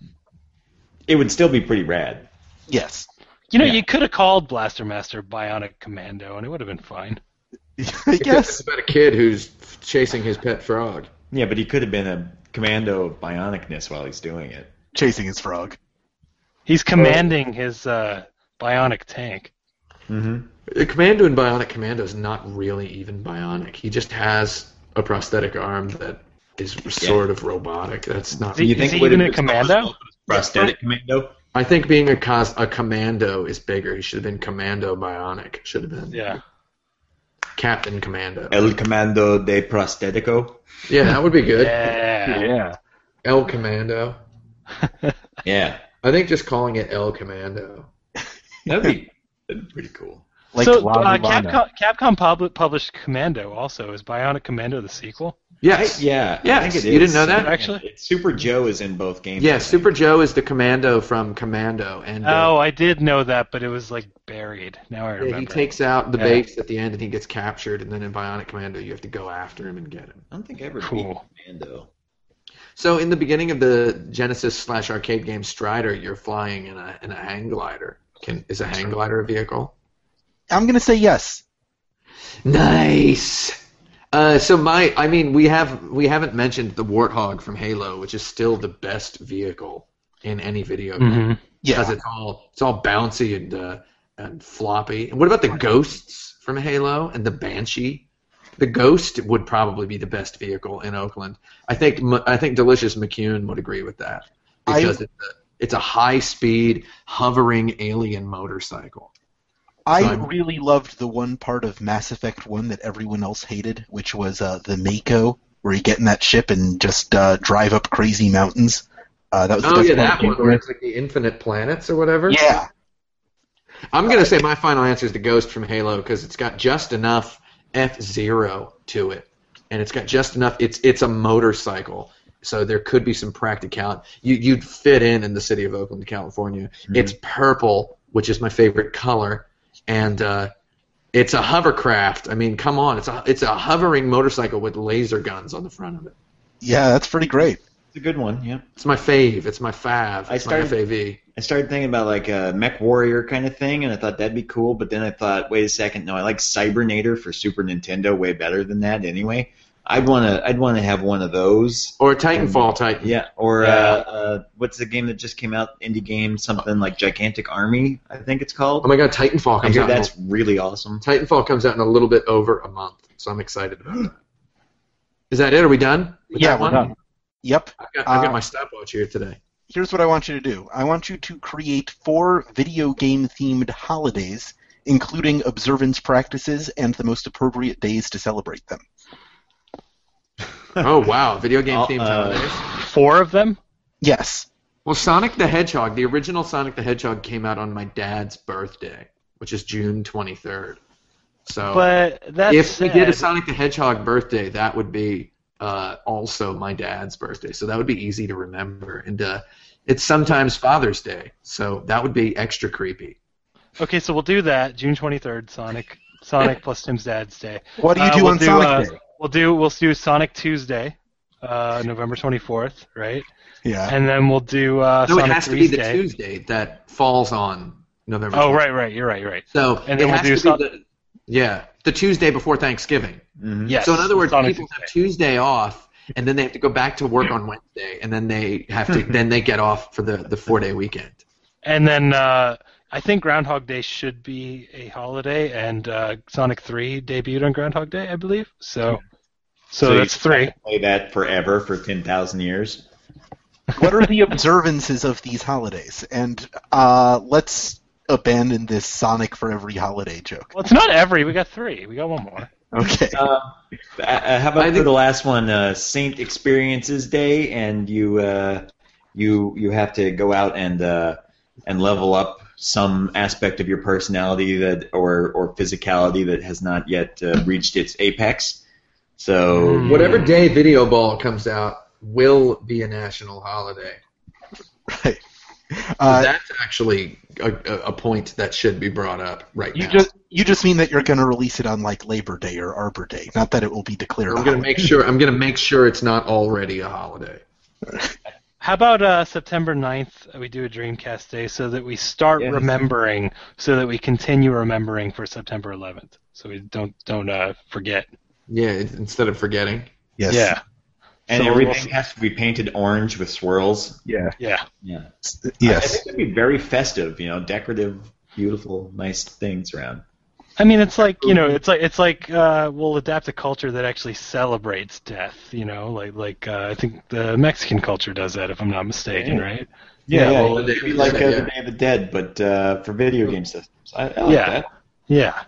It would still be pretty rad.
Yes.
You know,
Yeah.
you could have called Blaster Master Bionic Commando, and it would have been fine.
I
It's
guess.
about a kid who's chasing his pet frog.
Yeah, but he could have been a commando of bionicness while he's doing it.
Chasing his frog.
He's commanding his uh, bionic tank.
Mm-hmm.
The Uh, Commando in Bionic Commando is not really even bionic. He just has a prosthetic arm that is sort of robotic. That's not.
Is he,
You think
is he
would
even
it
a
be-
commando?
Prosthetic commando.
I think being a cos- a commando is bigger. He should have been Commando Bionic. Should have been.
Yeah.
Captain Commando.
El Comando de Prosthetico.
Yeah, that would be good.
Yeah.
El Commando.
Yeah,
I think just calling it El Commando.
that'd be, that'd be pretty cool.
Like
so
La
uh,
Llorona.
Capcom, Capcom pub- published Commando also. Is Bionic Commando the sequel?
Yes.
I- yeah, I
Yes,
think it is.
you didn't know that?
Actually?
It's- Super Joe is in both games.
Yeah, Super Joe is the commando from Commando, and uh,
Oh, I did know that, but it was like buried. Now I remember.
he takes out the
Yeah.
base at the end, and he gets captured. And then in Bionic Commando, you have to go after him and get him.
I don't think I ever
Cool.
beat Commando.
So in the beginning of the Genesis slash arcade game Strider, you're flying in a in a hang glider. Can is a hang glider a vehicle?
I'm gonna say yes.
Nice. Uh, so my, I mean, we have we haven't mentioned the Warthog from Halo, which is still the best vehicle in any video game
Mhm.
Yeah.
because it's all it's all bouncy and uh, and floppy. And what about the ghosts from Halo and the Banshee? The Ghost would probably be the best vehicle in Oakland. I think M- I think Delicious McCune would agree with that
I-
because it's, a, it's a high speed hovering alien motorcycle.
I
Simon.
really loved the one part of Mass Effect 1 that everyone else hated, which was uh, the Mako, where you get in that ship and just uh, drive up crazy mountains. Uh, that was the
Oh
best
yeah, that
part of
one where it's like the infinite planets or whatever.
Yeah.
I'm gonna say my final answer is the Ghost from Halo because it's got just enough F Zero to it, and it's got just enough. It's it's a motorcycle, so there could be some practicality. You you'd fit in in the city of Oakland, California.
Mm-hmm.
It's purple, which is my favorite color, and uh, it's a hovercraft. I mean, come on, it's a it's a hovering motorcycle with laser guns on the front of it.
Yeah, that's pretty great.
It's a good one. Yeah.
It's my fave. It's my fav. It's
I started-
my fav.
I started thinking about like a mech warrior kind of thing, and I thought that'd be cool. But then I thought, wait a second, no, I like Cybernator for Super Nintendo way better than that. Anyway, I'd wanna, I'd wanna have one of those.
Or Titanfall Titan.
Yeah, or
Yeah.
Uh, uh, what's the game that just came out? Indie game, something like Gigantic Army, I think it's called.
Oh my god, Titanfall
I
comes
hear
out. in a
that's really awesome.
Titanfall comes out in a little bit over a month, so I'm excited about it. Is that it? Are we done? with
yeah,
that
we're
one?
done. Yep.
I've got, I've got
Uh,
my stopwatch here today.
Here's what I want you to do I want you to create four video game themed holidays, including observance practices and the most appropriate days to celebrate them.
Oh wow, video game
I'll,
themed
uh,
holidays.
Four of them?
Yes.
Well, Sonic the Hedgehog, the original Sonic the Hedgehog came out on my dad's birthday, which is June 23rd. So
But that's
if we did a
sad.
Sonic the Hedgehog birthday, that would be uh, also my dad's birthday. So that would be easy to remember. And uh, it's sometimes Father's Day, so that would be extra creepy.
Okay, so we'll do that. June twenty third, Sonic Sonic plus Tim's Dad's Day.
What do you
Uh,
do
we'll
on Sonic
uh,
Day?
We'll do we'll do Sonic Tuesday, uh, November twenty fourth, right?
Yeah.
And then we'll do uh,
No,
Sonic
it has to be
Three's
the
Day.
Tuesday that falls on November.
Oh
20th.
right, right, you're right, you're right.
So
And
it
then we'll
has
do
to
Son-
be the, yeah, the Tuesday before Thanksgiving.
Mhm.
Yes.
so in other words,
Sonic
people have
Tuesday.
Tuesday off, and then they have to go back to work on Wednesday, and then they have to then they get off for the the four day weekend.
And then uh, I think Groundhog Day should be a holiday, and uh, Sonic Three debuted on Groundhog Day, I believe. So,
Hmm.
so,
So you-
that's three.
Play that forever for ten thousand years.
what are the observances of these holidays? And uh, let's abandon this Sonic for every holiday joke.
Well, it's not every. We got three. We got one more.
Okay.
Uh, uh, uh, how about
I
for
think-
the last one, uh, Saint Experiences Day, and you uh, you you have to go out and uh, and level up some aspect of your personality that or or physicality that has not yet uh, reached its apex. So
Hmm.
Whatever day Video Ball comes out will be a national holiday.
Right. Uh,
That's actually a, a a point that should be brought up right
you
now.
just you just mean that you're going to release it on like Labor Day or Arbor Day, not that it will be declared.
I'm gonna
holiday.
make sure. I'm gonna make sure it's not already a holiday.
How about uh, September 9th, we do a Dreamcast Day so that we start
Yes.
remembering, so that we continue remembering for September 11th, so we don't don't uh, forget.
Yeah, it- instead of forgetting.
Yes.
Yeah,
and
So
everything
we'll-
has to be painted orange with swirls.
Yeah.
yeah.
Yeah. I, I
Yes.
think that'd be very festive. You know, decorative, beautiful, nice things around.
I mean, it's like you know, it's like it's like uh, we'll adapt a culture that actually celebrates death. You know, like like uh, I think the Mexican culture does that, if I'm not mistaken,
Yeah.
right?
Yeah,
well,
it'd
they-
be like uh,
yeah.
the Day of the Dead, but uh, for video game systems. I, I like
Yeah.
that.
Yeah.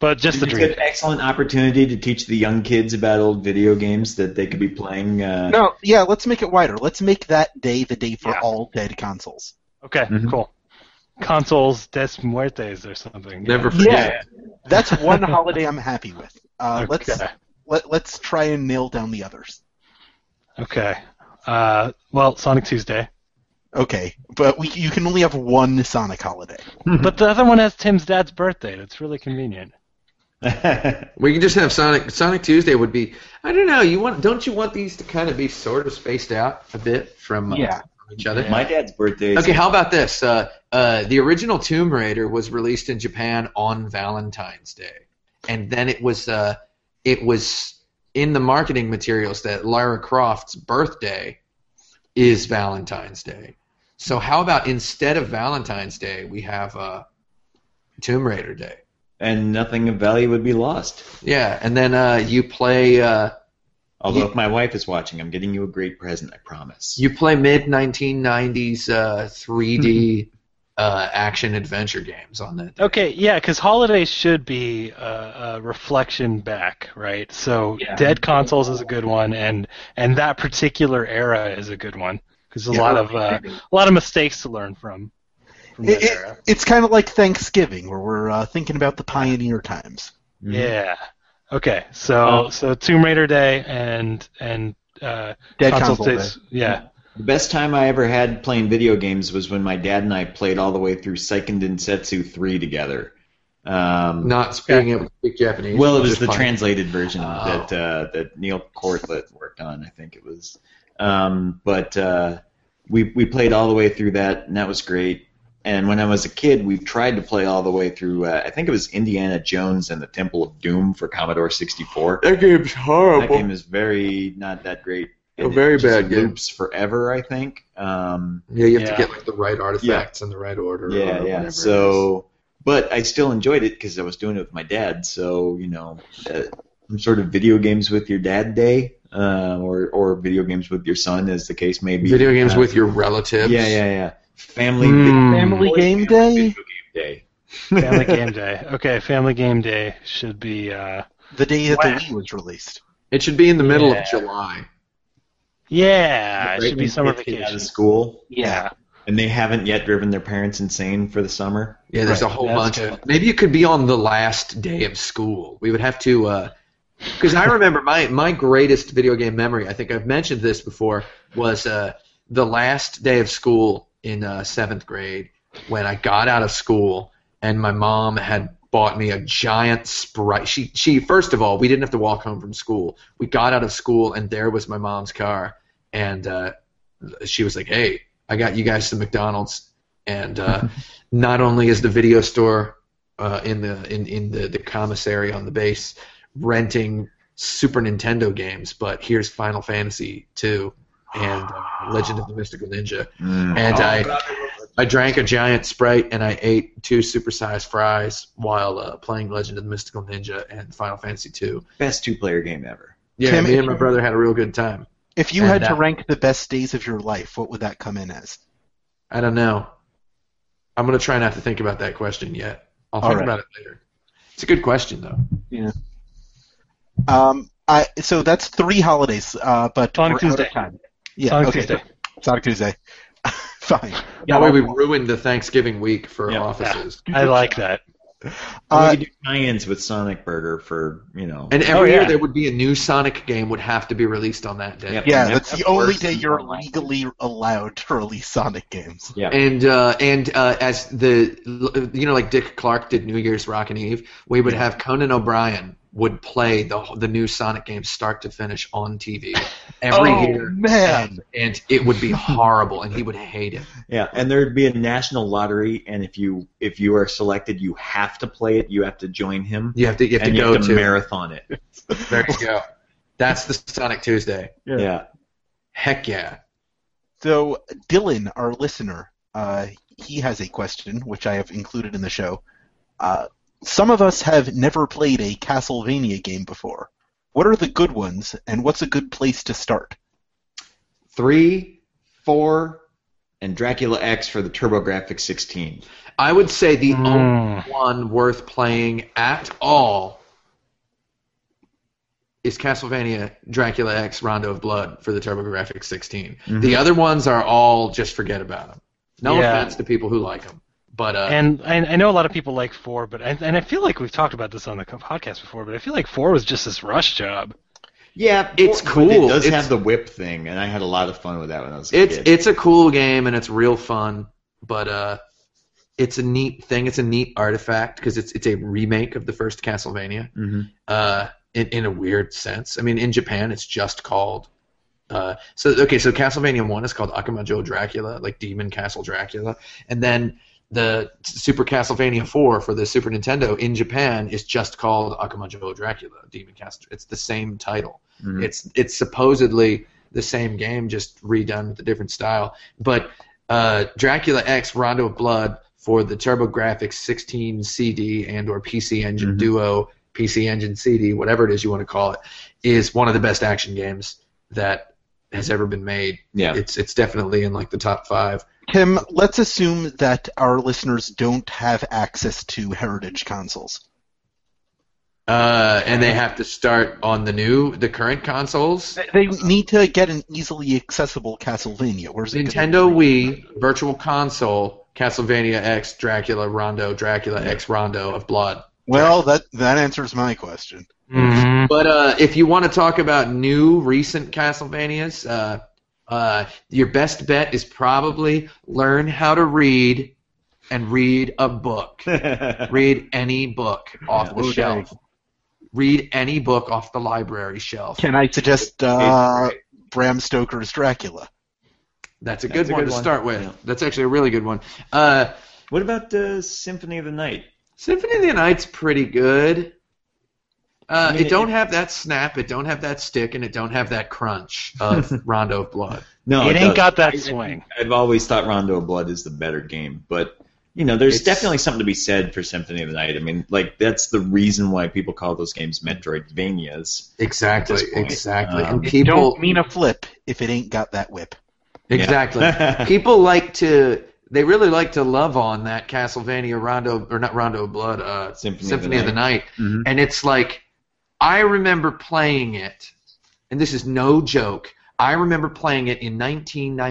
but just a
it's
dream.
an excellent opportunity to teach the young kids about old video games that they could be playing. Uh,
No, yeah, let's make it wider. Let's make that day the day for
Yeah.
all dead consoles.
Okay,
Mhm.
cool. Consoles des muertes or something.
Never
Yeah.
forget.
That's one holiday I'm happy with. Uh, Let's
Okay.
let, let's try and nail down the others.
Okay. Uh, well, Sonic Tuesday,
Okay, but we, you can only have one Sonic holiday.
but the other one has Tim's dad's birthday. That's really convenient.
We can just have Sonic. Sonic Tuesday would be. I don't know. You want? Don't you want these to kind of be sort of spaced out a bit from, uh,
Yeah.
from each other?
My dad's birthday. Is
Okay. How about this? Uh, uh, the original Tomb Raider was released in Japan on Valentine's Day, and then it was uh, it was in the marketing materials that Lara Croft's birthday is Valentine's Day. So how about instead of Valentine's Day, we have uh, Tomb Raider Day?
and nothing of value would be lost.
Yeah, and then uh, you play. Uh,
Although
Yeah.
if my wife is watching, I'm getting you a great present. I promise.
You play mid 1990s uh, 3D uh, action adventure games on that.
Okay, yeah, because holidays should be a, a reflection back, right? So
Yeah.
dead consoles is a good one, and and that particular era is a good one because a lot of uh, a lot of mistakes to learn from. from
It,
that
it-
era.
it's kind of like Thanksgiving, where we're uh, thinking about the pioneer times.
Mhm.
Yeah. Okay. So so Tomb Raider Day and and uh,
Dead
console
console
days. Yeah.
The best time I ever had playing video games was when my dad and I played all the way through Seiken Densetsu 3 together. Um,
Not being able to speak Japanese.
well, it
which
was
is
the
fine.
translated version
Oh.
that uh, that Neil Cortlett worked on, I think it was. Um, but uh, we we played all the way through that, and that was great. And when I was a kid, we tried to play all the way through. Uh, I think it was Indiana Jones and the Temple of Doom for Commodore 64.
That game's
That
horrible.
game is very not that great.
A
and it
very
just
bad game.
Loops forever, I think. Um,
yeah, you have
Yeah.
to get like the right artifacts in the right order. or
yeah,
whatever it
yeah.
is.
So, but I still enjoyed it because I was doing it with my dad. So you know, uh, some sort of video games with your dad day, uh, or or video games with your son, as the case may be.
video games
Uh,
with your relatives.
Yeah, yeah, yeah. Family
Hmm.
Family
always family
game day?
video game day.
Family Game Day. Okay. Family Game Day should be. Uh,
the day that
Wow.
the Wii was released.
It should be in the middle
Yeah.
of July.
yeah. Uh, It
Right
should
when
be summer
kids get Out
vacation.
of school,
Yeah.
and they haven't yet driven their parents insane for the summer.
Yeah, there's
Right,
a whole
that's
bunch of. Maybe it could be on the last day of school. We would have to, because I remember my my greatest video game memory. I think I've mentioned this before. Was uh, the last day of school in uh, seventh grade when I got out of school and my mom had bought me a giant sprite. She she first of all we didn't have to walk home from school. We got out of school and there was my mom's car and uh, she was like, "Hey, I got you guys some McDonald's." And uh, not only is the video store uh, in the in, in the, the commissary on the base renting Super Nintendo games, but here's Final Fantasy two and uh, Legend of the Mystical Ninja. And
Oh,
I I drank a giant Sprite and I ate two supersized fries while uh, playing Legend of the Mystical Ninja and Final Fantasy two.
Best two-player game ever.
Yeah,
Tim,
me
if
and my
you-
brother had a real good time.
If you
And
had to
that-
rank the best days of your life, what would that come in as?
I don't know. I'm gonna try not to think about that question yet. I'll
All
think
right.
about it later. It's a good question though.
Um, I so that's three holidays, uh, but
Sonic
we're out
Tuesday.
of time. Yeah,
Sonic
okay,
Tuesday.
so- Sonic Tuesday. Fine.
That way we ruined the Thanksgiving week for
Yeah.
offices.
I like that.
And
Uh,
we could do tie-ins with Sonic Burger for you know.
And every
Oh, yeah.
year there would be a new Sonic game would have to be released on that day.
Yep.
yeah,
Yep.
that's the
Of
only
course.
day you're legally allowed to release Sonic games.
yeah.
And uh, and uh, as the you know like Dick Clark did New Year's Rockin' Eve, we would have Conan O'Brien would play the the new Sonic game start to finish on TV every
oh
year,
man!
and it would be horrible, and he would hate it.
Yeah, and there'd be a national lottery, and if you if you are selected, you have to play it. You have to join him,
You have to you have
and
to
you
go
have to
to
marathon it.
there you go. That's the Sonic Tuesday.
Yeah.
Heck yeah!
So Dylan, our listener, uh, he has a question which I have included in the show. Uh, some of us have never played a Castlevania game before. What are the good ones, and what's a good place to start?
three, four, and Dracula X for the TurboGrafx 16.
I would say
Oh.
the
Mm.
only one worth playing at all is Castlevania Dracula X Rondo of Blood for the TurboGrafx 16. The other ones are all just forget about them. No
Mm-hmm. Yeah.
offense to people who like them, but uh,
And I, I know a lot of people like four, but I, and I feel like we've talked about this on the co- podcast before, but I feel like four was just this rush job.
Yeah,
It's
but
cool.
It does
It's-
have the whip thing, and I had a lot of fun with that when I was a
it's
kid.
it's a cool game and it's real fun, but uh, it's a neat thing. It's a neat artifact because it's it's a remake of the first Castlevania.
Mhm.
uh, in, in a weird sense. I mean, in Japan, it's just called. Uh, so okay, so Castlevania One is called Akamajo Dracula, like Demon Castle Dracula, and then the Super Castlevania Four for the Super Nintendo in Japan is just called Akamajo Dracula, Demon Castle. It's the same title.
Mhm.
It's it's supposedly the same game, just redone with a different style. But uh, Dracula X Rondo of Blood for the TurboGrafx 16 CD and or PC Engine
Mhm.
Duo, PC Engine CD, whatever it is you want to call it, is one of the best action games that has ever been made.
yeah.
It's it's definitely in like the top five.
Tim, let's assume that our listeners don't have access to heritage consoles.
Uh, and they have to start on the new, the current consoles.
They- They need to get an easily accessible Castlevania. Where's it gonna
Nintendo Wii, Virtual Console, Castlevania X, Dracula Rondo, Dracula X Rondo of Blood.
Well, that that answers my question.
Mm-hmm.
But uh, if you want to talk about new, recent Castlevanias, uh, uh, your best bet is probably learn how to read and read a book. read any book off
Yeah,
the shelf. Read any book off the library shelf.
Can I suggest uh, Bram Stoker's Dracula?
That's a good
That's a
one
good
to
one.
start with.
Yeah.
That's actually a really good one. Uh,
what about the Symphony of the Night?
Symphony of the Night's pretty good. Uh,
I mean,
it don't
it-
have that snap, it don't have that stick, and it don't have that crunch of Rondo of Blood.
No,
it ain't
does.
got that swing.
I've always thought Rondo of Blood is the better game, but you know, there's
It's-
definitely something to be said for Symphony of the Night. I mean, like that's the reason why people call those games Metroidvanias.
Exactly,
At this point.
exactly.
Um,
and
It
people
don't mean a flip if it ain't got that whip.
exactly.
Yeah.
people like to they really like to love on that Castlevania Rondo or not Rondo of Blood, uh,
Symphony
Symphony,
of
of
the
the Night, Mm-hmm. and it's like I remember playing it, and this is no joke. I remember playing it in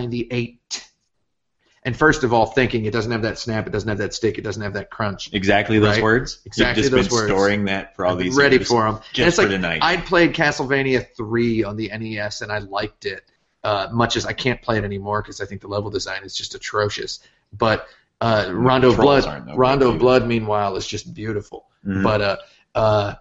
1998, and first of all, thinking it doesn't have that snap, it doesn't have that stick, it doesn't have that crunch.
exactly those
Right.
words.
Exactly
You've just
those
been
words.
storing that for all these
ready
years.
for them.
just
it's
for
like
tonight.
I'd played Castlevania three on the NES and I liked it uh, much as I can't play it anymore because I think the level design is just atrocious. But uh, Rondo of
controls
Blood,
aren't no good
Rondo of
either.
Blood, meanwhile, is just beautiful.
Mhm.
But uh, uh,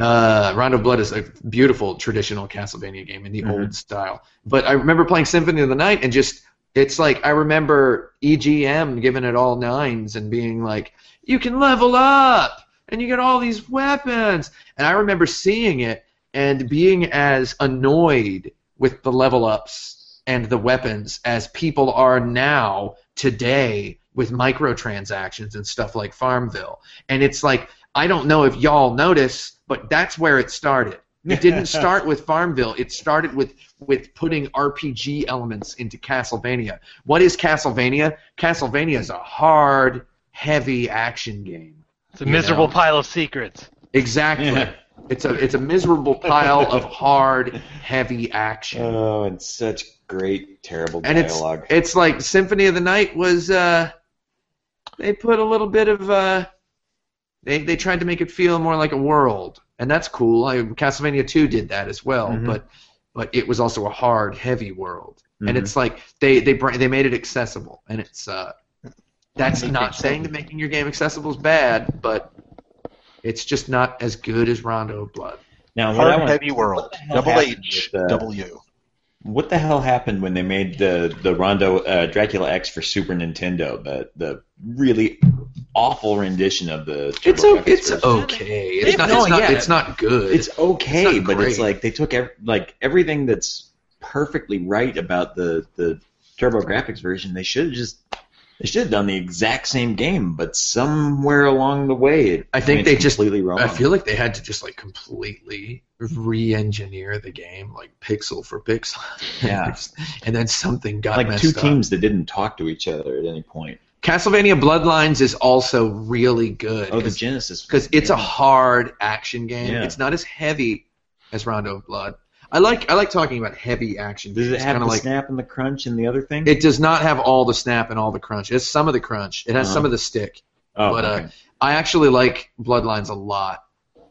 uh, Rondo of Blood is a beautiful traditional Castlevania game in the
Mhm.
old style. But I remember playing Symphony of the Night and just it's like I remember EGM giving it all nines and being like, "You can level up and you get all these weapons." And I remember seeing it and being as annoyed with the level ups and the weapons as people are now today with microtransactions and stuff like Farmville. And it's like I don't know if y'all notice, but that's where it started. It didn't start with Farmville. It started with with putting RPG elements into Castlevania. What is Castlevania? Castlevania is a hard, heavy action game.
It's a
You
miserable
know.
pile of secrets.
Exactly.
Yeah.
It's a it's a miserable pile of hard, heavy action.
Oh, and such great, terrible
and it's
dialogue.
it's like Symphony of the Night was uh, they put a little bit of uh, they they tried to make it feel more like a world, and that's cool. I, Castlevania Two did that as well,
Mhm.
but but it was also a hard, heavy world, and
Mhm.
it's like they they br- they made it accessible, and it's uh, that's not saying that making your game accessible is bad, but it's just not as good as Rondo of Blood.
now, what I
Hard
want
heavy world.
what the hell
Double
happened
H,
with, uh,
double U.
What the hell happened when they made the the Rondo uh, Dracula X for Super Nintendo? The the really awful rendition of the.
It's
TurboGrafx
okay. It's
version?
okay. It's
Yeah,
not.
no,
It's not,
yeah.
it's not good.
It's okay,
not
but
great.
it's like they took ev- like everything that's perfectly right about the the TurboGrafx version. They should have just They should have done the exact same game, but somewhere along the way, it
I think
went
they just-
completely wrong.
I feel like they had to just like completely re-engineer the game, like pixel for pixel.
Yeah.
and then something got
like
messed
two
up.
teams that didn't talk to each other at any point.
Castlevania Bloodlines is also really good.
Oh, the Genesis.
because it's a
Yeah.
hard action game.
Yeah.
It's not as heavy as Rondo of Blood. I like I like talking about heavy action.
Does
games.
it
It's
have
kinda
the
like
snap and the crunch and the other thing?
it does not have all the snap and all the crunch. It has some of the crunch. It has
Uh-huh.
some of the stick.
oh,
but, uh,
okay.
I actually like Bloodlines a lot,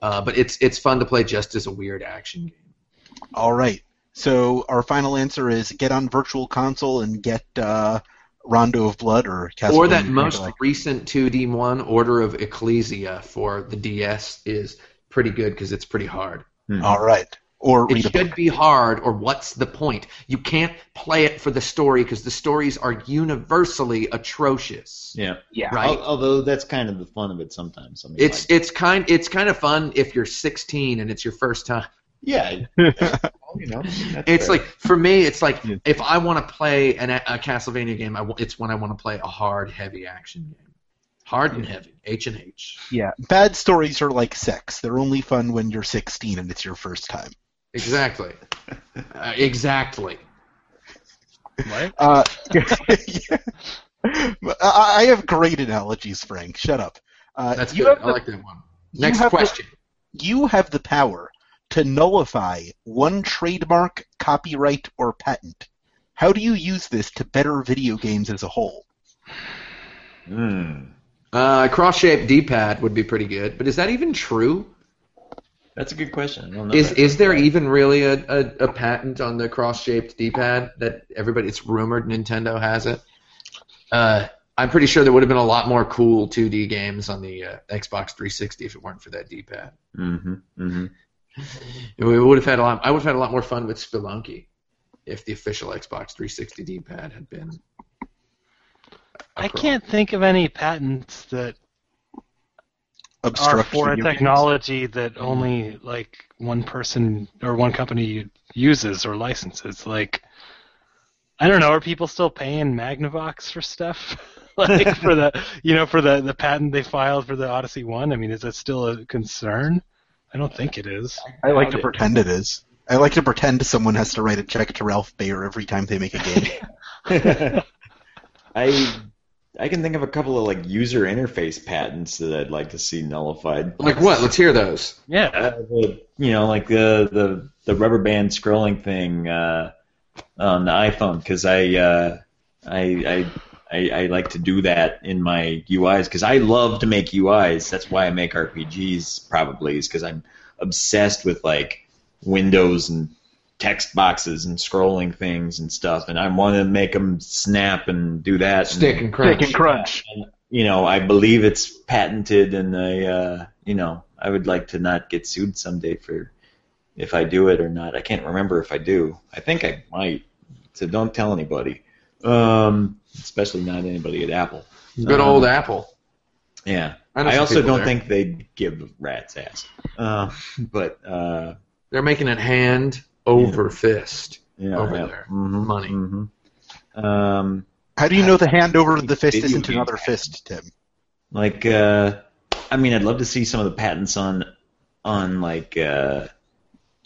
uh, but it's it's fun to play just as a weird action game.
All right. So our final answer is get on Virtual Console and get uh, Rondo of Blood or Castlevania.
or that most
Like,
recent 2D one, Order of Ecclesia for the DS is pretty good because it's pretty hard.
Hmm.
All right. Or
It
read a
should
book.
be hard, or what's the point? You can't play it for the story because the stories are universally atrocious.
yeah.
Yeah.
Right?
Al- Although that's kind of the fun of it sometimes. I mean,
it's
like-
it's kind it's kind of fun if you're 16 and it's your first time.
yeah. Well, you know, that's
It's
fair.
like for me, it's like
Yeah.
if I want to play an, a Castlevania game, I w- it's when I want to play a hard, heavy action game, hard and heavy, H and H.
Yeah. Bad stories are like sex. They're only fun when you're 16 and it's your first time.
Exactly, uh, exactly.
What?
Uh, yeah. But uh, I I have great analogies, Frank. Shut up. Uh,
That's
you
good.
have
I
the-
like that one.
you
Next
have the-
question.
you have the power to nullify one trademark, copyright, or patent. How do you use this to better video games as a whole?
Hmm.
Uh, cross-shaped D-pad would be pretty good, but is that even true?
That's a good question. I don't know
Is
that.
is there even really a, a, a patent on the cross-shaped D-pad that everybody? It's rumored Nintendo has it. Uh, I'm pretty sure there would have been a lot more cool 2D games on the uh, Xbox 360 if it weren't for that D-pad.
Mm-hmm. Mm-hmm.
We would have had a lot. I would have had a lot more fun with Spelunky if the official Xbox 360 D-pad had been. a
I
cross-
can't think of any patents that are
Obstruct
for a
video games.
technology that only like one person or one company uses or licenses. Like, I don't know, are people still paying Magnavox for stuff? like for the you know for the the patent they filed for the Odyssey One. I mean, is that still a concern? I don't think it is.
I like to pretend it is. I like to pretend someone has to write a check to Ralph Bayer every time they make a game.
mm-hmm. I I can think of a couple of like user interface patents that I'd like to see nullified.
Like what? Let's hear those.
Yeah.
Uh, the, you know, like the the the rubber band scrolling thing uh, on the iPhone because I, uh, I I I I like to do that in my UIs because I love to make UIs. That's why I make RPGs probably is because I'm obsessed with like windows and text boxes and scrolling things and stuff, and I want to make them snap and do that. and-
Stick and crunch.
crunch.
you know, I believe it's patented, and I, uh, you know, I would like to not get sued someday for if I do it or not. I can't remember if I do. I think I might, so don't tell anybody, um, especially not anybody at Apple.
Good old Apple.
Yeah,
I know
I,
some
also
people
don't
there.
think they'd give a rat's ass, uh, but uh,
They're making it hand over fist.
yeah,
Over
yeah.
there.
Mhm,
Money.
mhm. Um,
How do you know the hand over the fist
Video
isn't
game
another fist, Tim?
Like, uh, I mean, I'd love to see some of the patents on, on like, uh,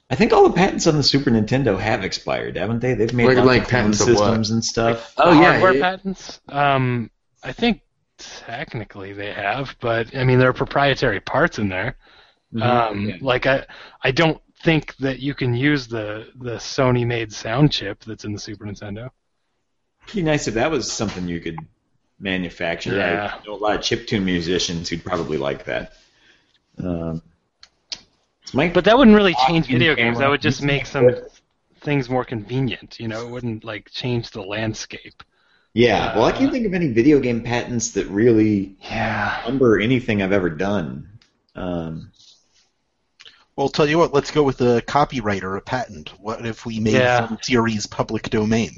I think all the patents on the Super Nintendo have expired, haven't they? They've made
Like-
lots
like
of
patents of what?
systems and stuff.
Oh
The
yeah,
hardware
yeah.
patents. Um, I think technically they have, but I mean there are proprietary parts in there. Um,
Yeah.
Like I, I don't think that you can use the the Sony made sound chip that's in the Super Nintendo.
It'd be nice if that was something you could manufacture.
Yeah.
I know a lot of chiptune musicians who'd probably like that. Um, it's my,
But that wouldn't really change
Walking
video games. That
camera.
would just make some things more convenient. You know, it wouldn't like change the landscape.
yeah, well, I
uh,
can't think of any video game patents that really
Yeah.
number anything I've ever done. Um,
Well, tell you what, let's go with a copyright or a patent. What if we made
Yeah.
some series public domain?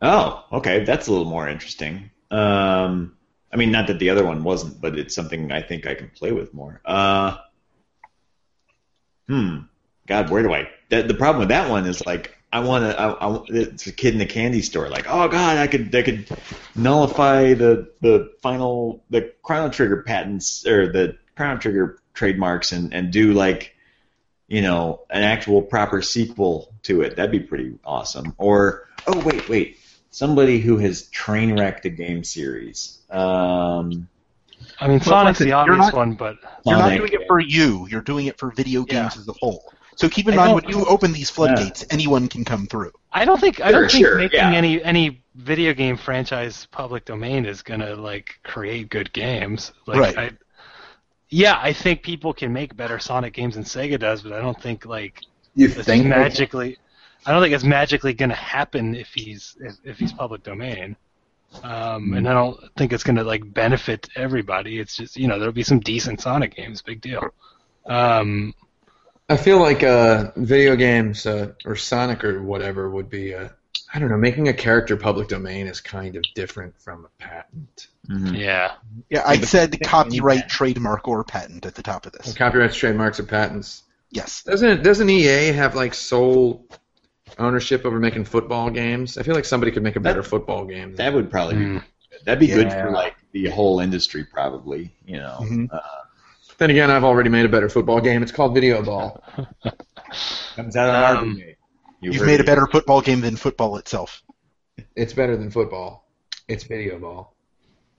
Oh, okay, that's a little more interesting. Um, I mean, not that the other one wasn't, but it's something I think I can play with more. Uh, hmm. God, where do I? The, the problem with that one is like I want to. I, I, it's a kid in a candy store. Like, oh god, I could, I could nullify the the final the Chrono Trigger patents or the Chrono Trigger trademarks and and do like, you know, an actual proper sequel to it. That'd be pretty awesome. Or oh wait, wait, somebody who has train wrecked a game series. Um,
I mean, Sonic's
listen,
the
you're
obvious
not-
one, but
You're not
Sonic.
doing it for you. You're doing it for video
Yeah.
games as a whole. So keep in
I
mind
don't-
when you open these floodgates, anyone can come through.
I don't think I
Sure,
don't think
sure,
making
yeah.
any any video game franchise public domain is gonna like create good games. Like,
Right.
I, yeah, I think people can make better Sonic games than Sega does, but I don't think like
You
it's
think?
magically. I don't think it's magically gonna happen if he's if, if he's public domain. Um, And I don't think it's gonna like benefit everybody. It's just you know there'll be some decent Sonic games, big deal. Um,
I feel like uh, video games uh, or Sonic or whatever would be. Uh, I don't know. Making a character public domain is kind of different from a patent.
Mhm.
yeah.
Yeah, I said copyright, trademark, or patent at the top of this.
Copyrights, trademarks, and patents.
Yes.
Doesn't doesn't EA have like sole ownership over making football games? I feel like somebody could make a better football game. than-
That would probably
Hmm.
be that'd be good
Yeah.
for like the whole industry, probably. You know.
Mhm.
Uh,
Then again, I've already made a better football game. It's called Video Ball.
Comes out on
Um,
Arbor Day. You
You've
heard
made a
it.
better football game than football itself.
It's better than football. It's Video Ball.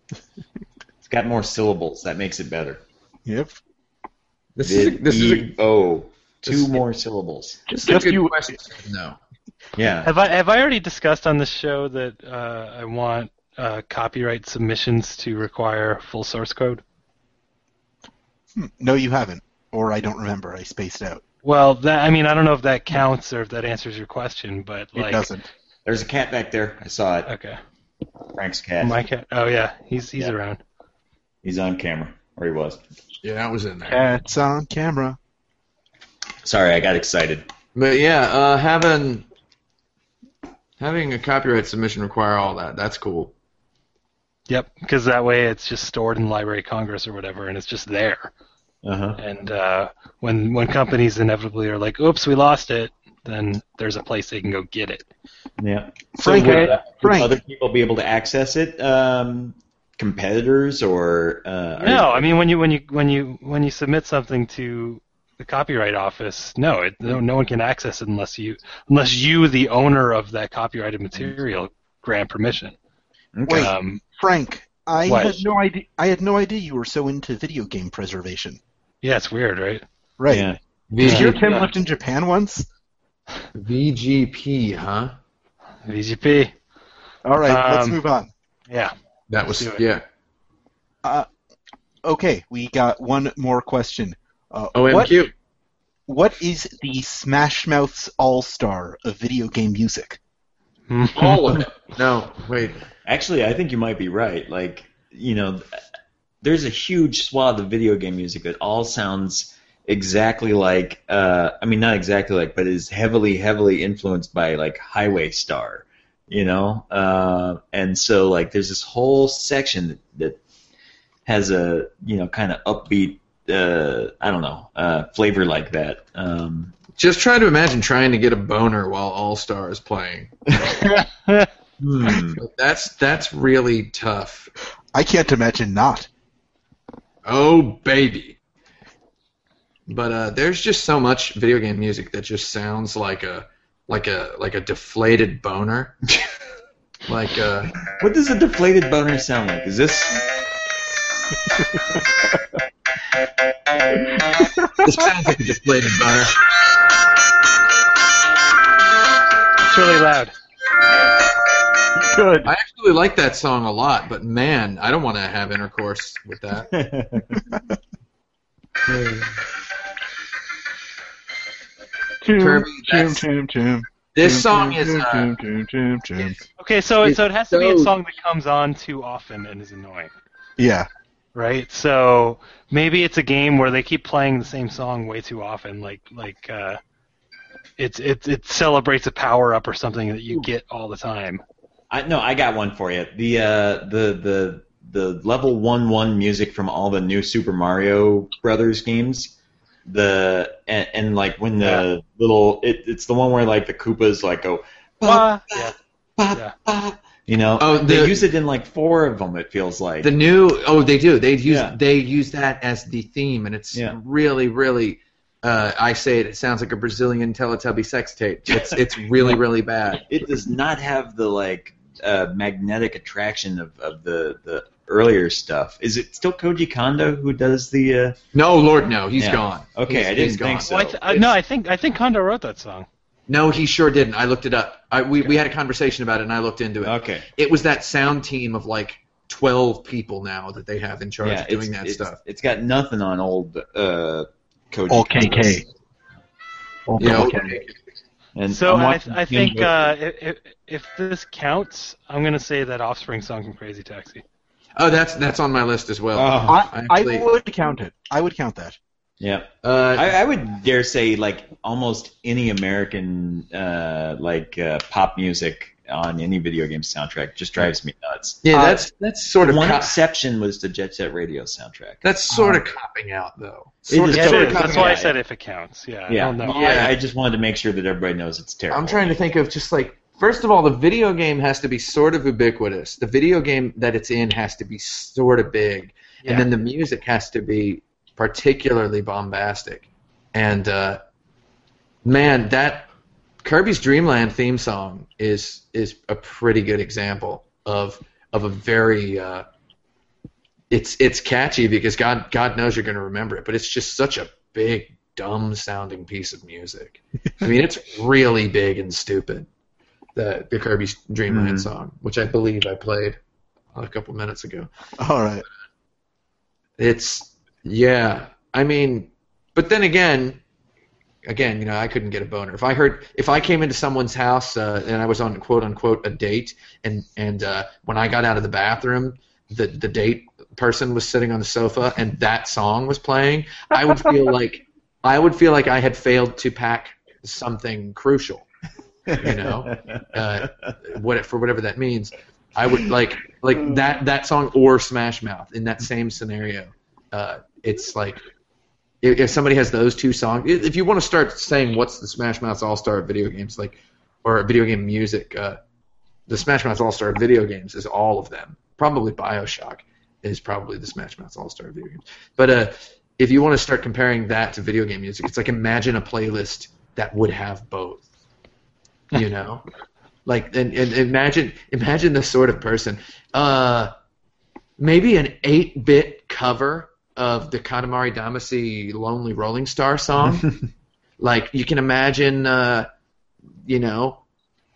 It's got more syllables. That makes it better.
Yep.
This is a, this is a,
oh, two
this-
more syllables.
this is a
just
good
you-
question. No.
Yeah.
Have I have I already discussed on this show that uh, I want uh, copyright submissions to require full source code?
Hmm, No, you haven't. Or I don't remember. I spaced out.
Well, that I mean I don't know if that counts or if that answers your question, but
It
like
doesn't.
There's a cat back there. I saw it.
okay,
Frank's cat.
my cat. Oh yeah, he's he's
Yeah.
around.
He's on camera, or he was.
Yeah, I was in there.
It's on camera.
Sorry, I got excited.
But yeah, uh, having having a copyright submission require all that. That's cool.
Yep, because that way it's just stored in Library of Congress or whatever, and it's just there.
Uh huh.
And uh, when when companies inevitably are like, "Oops, we lost it," then there's a place they can go get it.
Yeah.
Frank,
so
I-
would, uh, would
Frank.
other people be able to access it? Um, competitors or uh, are-
No, I mean when you when you when you when you submit something to the copyright office, no, it, no, no one can access it unless you unless you, the owner of that copyrighted material, grant permission.
Okay.
Wait.
Um,
Frank, I
What?
had no idea. I had no idea you were so into video game preservation.
yeah, it's weird, right?
Right.
Yeah.
Did you
VG,
and Tim lived in Japan once?
VGP, huh?
VGP.
All right. let's
Um,
move on.
Yeah.
That was
do it.
yeah.
Okay, we got one more question. Uh, what
OMQ.
What is the Smash Mouth's All Star of video game music?
Oh.
All of it. No, wait.
Actually, I think you might be right. Like, you know, th- there's a huge swath of video game music that all sounds exactly like, uh, I mean, not exactly like, but is heavily, heavily influenced by, like, Highway Star, you know? Uh, and so, like, there's this whole section that, that has a, you know, kind of upbeat, uh, I don't know, uh, flavor like that. Um,
Just try to imagine trying to get a boner while All Star is playing.
hmm.
That's that's really tough.
I can't imagine not.
Oh baby. But uh, there's just so much video game music that just sounds like a like a like a deflated boner. like uh
What does a deflated boner sound like? Is this.
this sounds like a deflated boner.
It's really loud.
Good.
I actually like that song a lot, but man, I don't want to have intercourse with that. Kirby, that's- This song is uh,
Okay, so it, so it has to be a
So-
song that comes on too often and is annoying,
Yeah.
right? So maybe it's a game where they keep playing the same song way too often, like like. Uh, it's it, it celebrates a power up or something that you get all the time.
I no, I got one for you. The uh, the the the level one one music from all the new Super Mario Brothers games. the and, and like when the little it, it's the one where like the Koopas like go
Wah.
bah, bah, bah,
Yeah.
bah, you know
Oh,
they
the-
use it in like four of them it feels like
The new oh they do they use
Yeah.
they use that as the theme and it's
Yeah.
really really uh, I say it it sounds like a Brazilian Teletubby sex tape it's it's really really bad
it does not have the like uh, magnetic attraction of, of the the earlier stuff is it still Koji Kondo who does the uh,
no Lord no he's
Yeah.
gone
okay
He's-
I didn't
he's
think
gone.
so
Well, I th- I- no, I think I think Kondo wrote that song.
no he sure didn't I looked it up I, we we had a conversation about it and I looked into it
okay
it was that sound team of like twelve people now that they have in charge
yeah
of doing
it's-
that
it's-
stuff
it's got nothing on old uh, Koji
All
Kondo's.
KK. All
you know
KK.
and
so
I'm
I,
watching
I
the game
think
go-
uh, if, if this counts, I'm gonna say that Offspring song from Crazy Taxi.
oh that's that's on my list as well
Oh.
I, I
Actually-
would count it. I would count that.
yeah
uh,
I, I would dare say like almost any American uh, like uh, pop music on any video game soundtrack just drives me nuts.
yeah
uh,
that's that's sort of
One
cop-
exception was the Jet Set Radio soundtrack.
that's sort of copping out
Uh-huh.
though
It is
Yeah, it
totally
is.
covered.
That's why I
Yeah.
said if it counts. Yeah, I
yeah,
don't know.
Well,
Yeah.
I, I just wanted to make sure that everybody knows it's terrible.
I'm trying to think of just like first of all, the video game has to be sort of ubiquitous. The video game that it's in has to be sort of big,
Yeah.
and then the music has to be particularly bombastic. And uh, man, that Kirby's Dreamland theme song is is a pretty good example of of a very uh, it's it's catchy because God God knows you're going to remember it, but it's just such a big dumb sounding piece of music. I mean, it's really big and stupid. The the Kirby's Dreamland
Mhm.
song, which I believe I played a couple minutes ago.
All right.
It's yeah. I mean, but then again, again, you know, I couldn't get a boner if I heard if I came into someone's house uh, and I was on quote unquote a date, and and uh, when I got out of the bathroom, the the date person was sitting on the sofa and that song was playing. I would feel like I would feel like I had failed to pack something crucial. You know, uh, what for whatever that means. I would like like that that song or Smash Mouth in that same scenario. Uh, it's like if, if somebody has those two songs, if if you want to start saying what's the Smash Mouth's All Star video games like, or video game music, uh, the Smash Mouth's All Star video games is all of them. Probably Bioshock is probably the Smash Mouth's All Star video games. But uh, if you want to start comparing that to video game music, it's like imagine a playlist that would have both. You know. Like and, and imagine imagine the sort of person. Uh, maybe an eight bit cover of the Katamari Damacy Lonely Rolling Star song. like you can imagine uh, you know,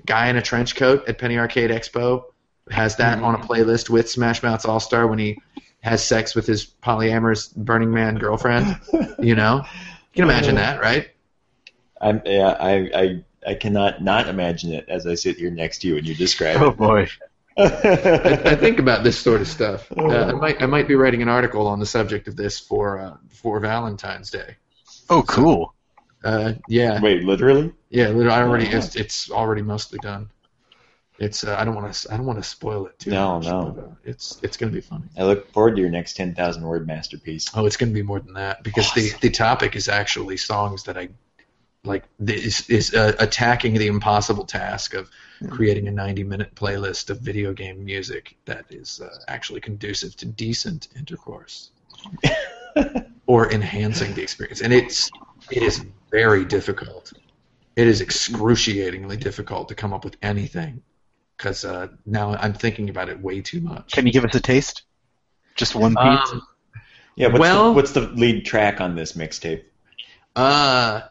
guy in a trench coat at Penny Arcade Expo has that on a playlist with Smash Mouth's All Star when he has sex with his polyamorous Burning Man girlfriend. you know? You can imagine that, right?
I'm, yeah, I, I, I cannot not imagine it as I sit here next to you and you describe
Oh boy.
it.
I think about this sort of stuff. Uh, I might I might be writing an article on the subject of this for uh, for Valentine's Day.
Oh, cool.
Uh, yeah,
Wait, literally?
yeah. literally, I already
Oh,
it's, it's already mostly done. It's uh, I don't want to I don't want to spoil it too.
No,
much,
no.
but, uh, it's it's gonna be funny.
I look forward to your next ten thousand word masterpiece.
Oh, it's gonna be more than that because the the topic is actually songs that I like. the- Is is uh, attacking the impossible task of creating a ninety minute playlist of video game music that is uh, actually conducive to decent intercourse or enhancing the experience. And it's it is very difficult. It is excruciatingly difficult to come up with anything because uh, now I'm thinking about it way too much.
Can you give us a taste? Just one piece.
Um,
Yeah, what's, the,
Well-
what's the lead track on this mixtape?
Uh,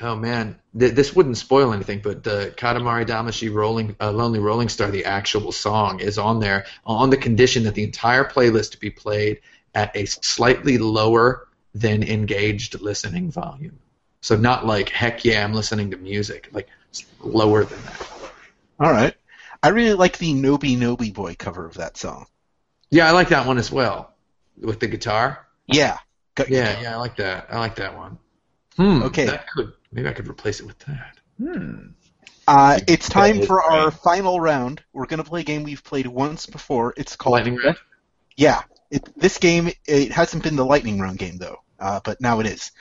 oh man, Th- this wouldn't spoil anything, but the Katamari Damacy Rolling uh, Lonely Rolling Star, the actual song, is on there on the condition that the entire playlist be played at a slightly lower than engaged listening volume. So not like heck yeah, I'm listening to music, like s- lower than that.
All right. I really like the Nobi Nobi Boy cover of that song.
Yeah, I like that one as well with the guitar.
Yeah. Go-
Yeah, yeah, I like that. I like that one. Hmm.
Okay.
That could maybe I could replace it with that.
Uh, it's time for
Yeah.
our final round. We're going to play a game we've played once before. It's called
Lightning round.
Yeah. It, this game it hasn't been the lightning round game though. uh, but now it is.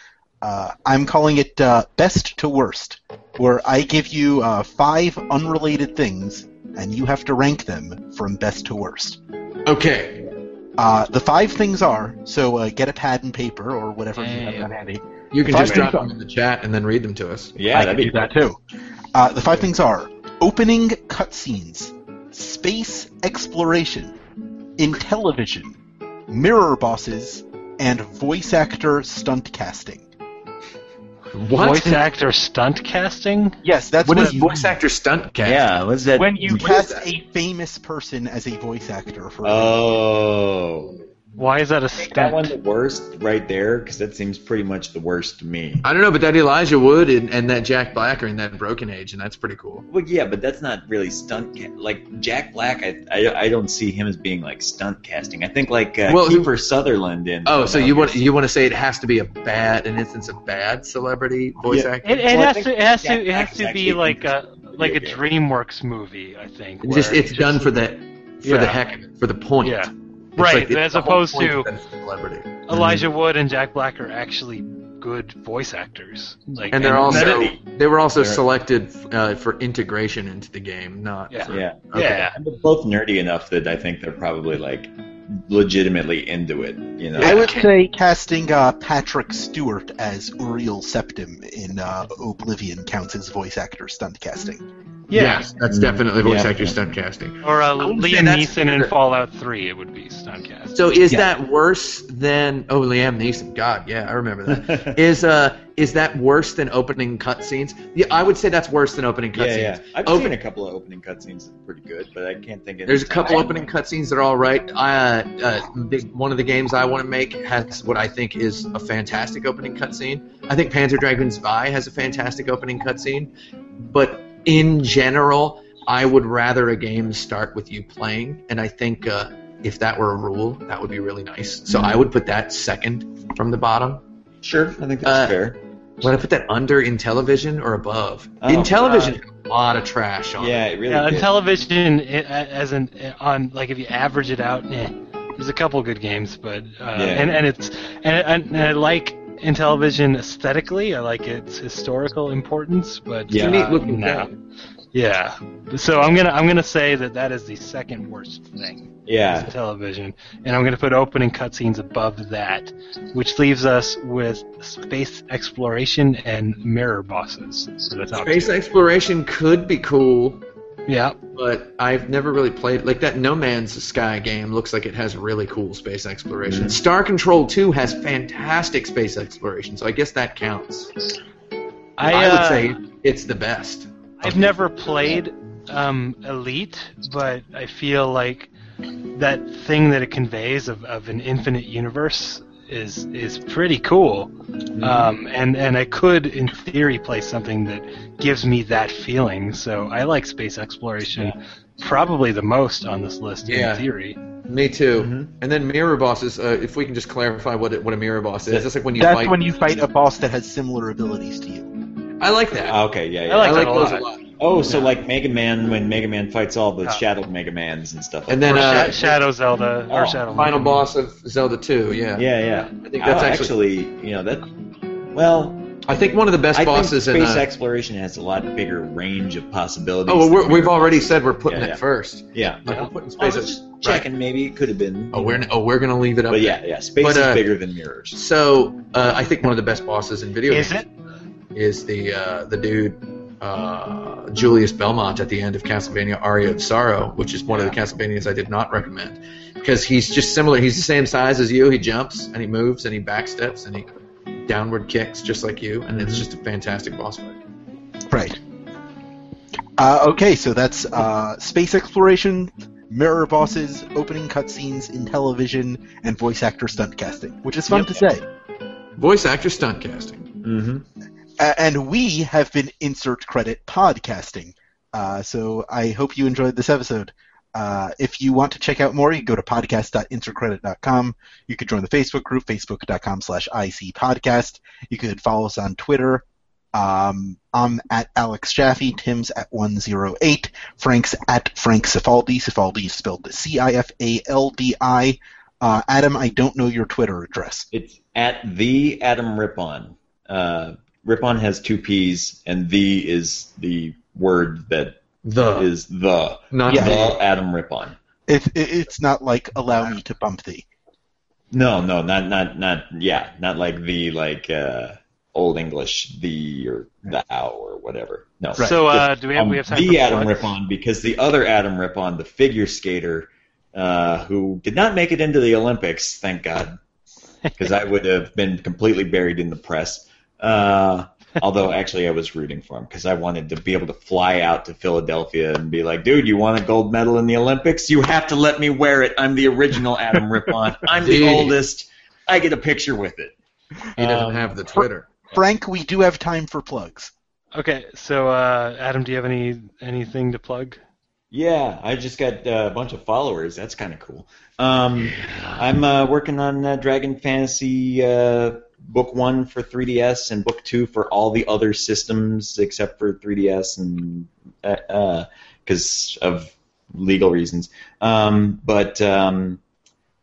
Uh, I'm calling it uh, Best to Worst, where I give you uh, five unrelated things, and you have to rank them from best to worst.
Okay.
Uh, the five things are so uh, get a pad and paper or whatever you have
Yeah.
on handy.
You can
Fine.
just drop them in the chat and then read them to us.
Yeah,
I
that'd
can
be
do that too. Uh, the five things are opening cutscenes, space exploration, in television, mirror bosses, and voice actor stunt casting.
What?
Voice actor stunt casting?
Yes, that's
What
what
is
it
voice actor stunt cast?
Yeah, what's that?
When
You
you
cast a famous person as a voice actor for.
oh,
why is that a
that one
stunt?
the worst right there because that seems pretty much the worst to me.
I don't know, but that Elijah Wood and, and that Jack Black are in that Broken Age, and that's pretty cool.
Well, yeah, but that's not really stunt. Ca- like Jack Black, I, I I don't see him as being like stunt casting. I think like uh,
Well,
Kiefer Sutherland in. uh,
Oh, so you want
Philadelphia.
you want to say it has to be a bad an instance of bad celebrity voice
Yeah.
actor?
It, it
Well, I
has
think
to it has to
Jack
it
Black
has to
is
be
actually
like uh,
in
a like a
video
DreamWorks movie, I think.
It's just
where
it's done for the for
Yeah.
the heck of it, for the point.
Yeah.
It's
Right,
it's
as
the whole
opposed
point
to-
that it's a celebrity.
Elijah Wood and Jack Black are actually good voice actors. Like
And they're also
that-
they were also
They're-
selected uh, for integration into the game, not
Yeah.
for-
Yeah,
okay.
yeah.
and they're both nerdy enough that I think they're probably like legitimately into it. You know.
I would say casting uh, Patrick Stewart as Uriel Septim in uh, Oblivion counts as voice actor stunt casting.
Yeah.
Yes, that's definitely voice
Mm. Yeah.
actor stunt casting.
Or uh,
I wouldn't say
Liam
that's-
Neeson in Fallout 3, it would be Stuntcast.
So is
Yeah.
that worse than oh Liam Neeson? God, yeah, I remember that. is uh is that worse than opening cutscenes? Yeah, I would say that's worse than opening
yeah,
cutscenes.
yeah. I've
Open-
seen a couple of opening cutscenes that are pretty good, but I can't think of.
There's a couple
I-
opening cutscenes that are all right. I, uh, uh, the, one of the games I want to make has what I think is a fantastic opening cutscene. I think Panzer Dragon's Vi has a fantastic opening cutscene, but in general, I would rather a game start with you playing, and I think uh, if that were a rule, that would be really nice. So I would put that second from the bottom.
Sure, I think that's
Uh,
fair.
Would I put that under in television or above?
Oh,
in television, a lot of trash on. it.
Yeah, it really.
yeah, on
did.
television, it, as in on like if you average it out, eh, there's a couple good games, but uh, and and it's and, and, and I like in television aesthetically, I like its historical importance, but
Yeah.
It's a neat looking
no.
thing.
yeah. So I'm gonna I'm gonna say that that is the second worst thing is
yeah,
television, and I'm gonna put opening cutscenes above that, which leaves us with space exploration and mirror bosses. So that's not
Space exploration could be cool,
yeah.
but I've never really played like that No Man's Sky game looks like it has really cool space exploration.
Mhm.
Star Control 2 has fantastic space exploration, so I guess that counts. I,
uh,
would say it's the best.
I've never played um, Elite, but I feel like that thing that it conveys of, of an infinite universe is is pretty cool.
Mm-hmm.
Um, and and I could, in theory, play something that gives me that feeling. So I like space exploration probably the most on this list
Yeah.
in theory.
Me too.
Mhm.
Mm-hmm. And then mirror bosses, uh, if we can just clarify what it, what a mirror boss is. That's like when you
That's
fight.
when you fight a boss that has similar abilities to you.
I like that.
Ah, Okay, yeah, yeah.
I like
I
that
like
a lot.
those a lot.
oh, so like Mega Man when Mega Man fights all the
Ah.
Uh,
Shadow Mega Mans and stuff. Like
And then
Or
uh,
Sha- Shadow Zelda or
oh,
Shadow
final
Link.
boss of Zelda 2, yeah.
that. yeah, yeah.
I think
Oh,
that's actually,
actually, you know that. Well,
I think one of the best
I
bosses
think
in
space
uh,
exploration has a lot bigger range of possibilities.
Oh, well,
than
we're, we've
Mirror
already
Bosses.
said we're putting
Yeah, yeah.
it first.
Yeah.
Like
Yeah.
we're putting
I was
space.
just
right.
checking. Maybe it could have been.
Oh, we're oh, we're gonna leave it up.
But
there.
yeah, yeah. Space
But,
is
uh,
bigger than mirrors.
So uh, I think one of the best bosses in video
Is
games
it?
is the uh, the dude uh, Julius Belmont at the end of Castlevania Aria of Sorrow, which is one of the Castlevanias I did not recommend because he's just similar. He's the same size as you. He jumps and he moves and he backsteps and he downward kicks just like you, and it's just a fantastic boss fight.
Right. Uh, okay, so that's uh, space exploration, mirror bosses, opening cutscenes in television, and voice actor stunt casting, which is fun
Yep.
to say.
Voice actor stunt casting.
Mm-hmm.
A- and we have been insert credit podcasting. Uh, so I hope you enjoyed this episode. Uh, if you want to check out more, you go to podcast.insertcredit.com. You could join the Facebook group, facebook.com slash icpodcast. You could follow us on Twitter. Um, I'm at Alex Jaffe, Tim's at 108, Frank's at Frank Cifaldi. Cifaldi is spelled C-I-F-A-L-D-I. Uh, Adam, I don't know your Twitter address.
It's at the Adam Ripon. Uh, Ripon has two P's, and the is the word that
The
is the.
not
Yeah.
the.
The Adam Ripon.
It, it, it's not like allow me to bump thee.
No, no, not not not yeah, not like the like uh, old English the or thou or whatever. No.
So uh, do we have
Um,
we have time for
the Adam
plugs?
Rippon because the other Adam Rippon, the figure skater, uh, who did not make it into the Olympics, thank God, because I would have been completely buried in the press. Uh, although actually, I was rooting for him because I wanted to be able to fly out to Philadelphia and be like, "Dude, you want a gold medal in the Olympics? You have to let me wear it. I'm the original Adam Rippon. I'm the
Dude.
oldest. I get a picture with it."
He doesn't
Um,
have the Twitter.
Frank, we do have time for plugs.
Okay, so uh, Adam, do you have any anything to plug?
Yeah, I just got uh, a bunch of followers. That's kind of cool. Um, I'm uh, working on uh, Dragon Fantasy uh, Book 1 for 3DS and Book 2 for all the other systems except for 3DS and because of legal reasons. Um, but um,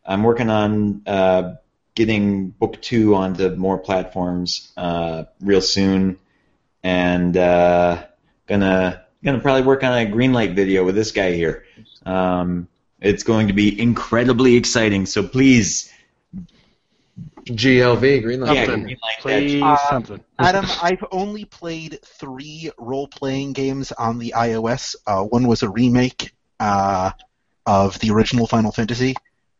I'm working on uh, getting Book 2 onto more platforms uh, real soon. And. Uh, gonna gonna probably work on a green light video with this guy here. Um, it's going to be incredibly exciting. So please,
GLV Greenlight.
yeah,
Something.
green light that.
Play
Uh,
something.
Adam, I've only played three role playing games on the iOS. Uh, one was a remake uh, of the original Final Fantasy,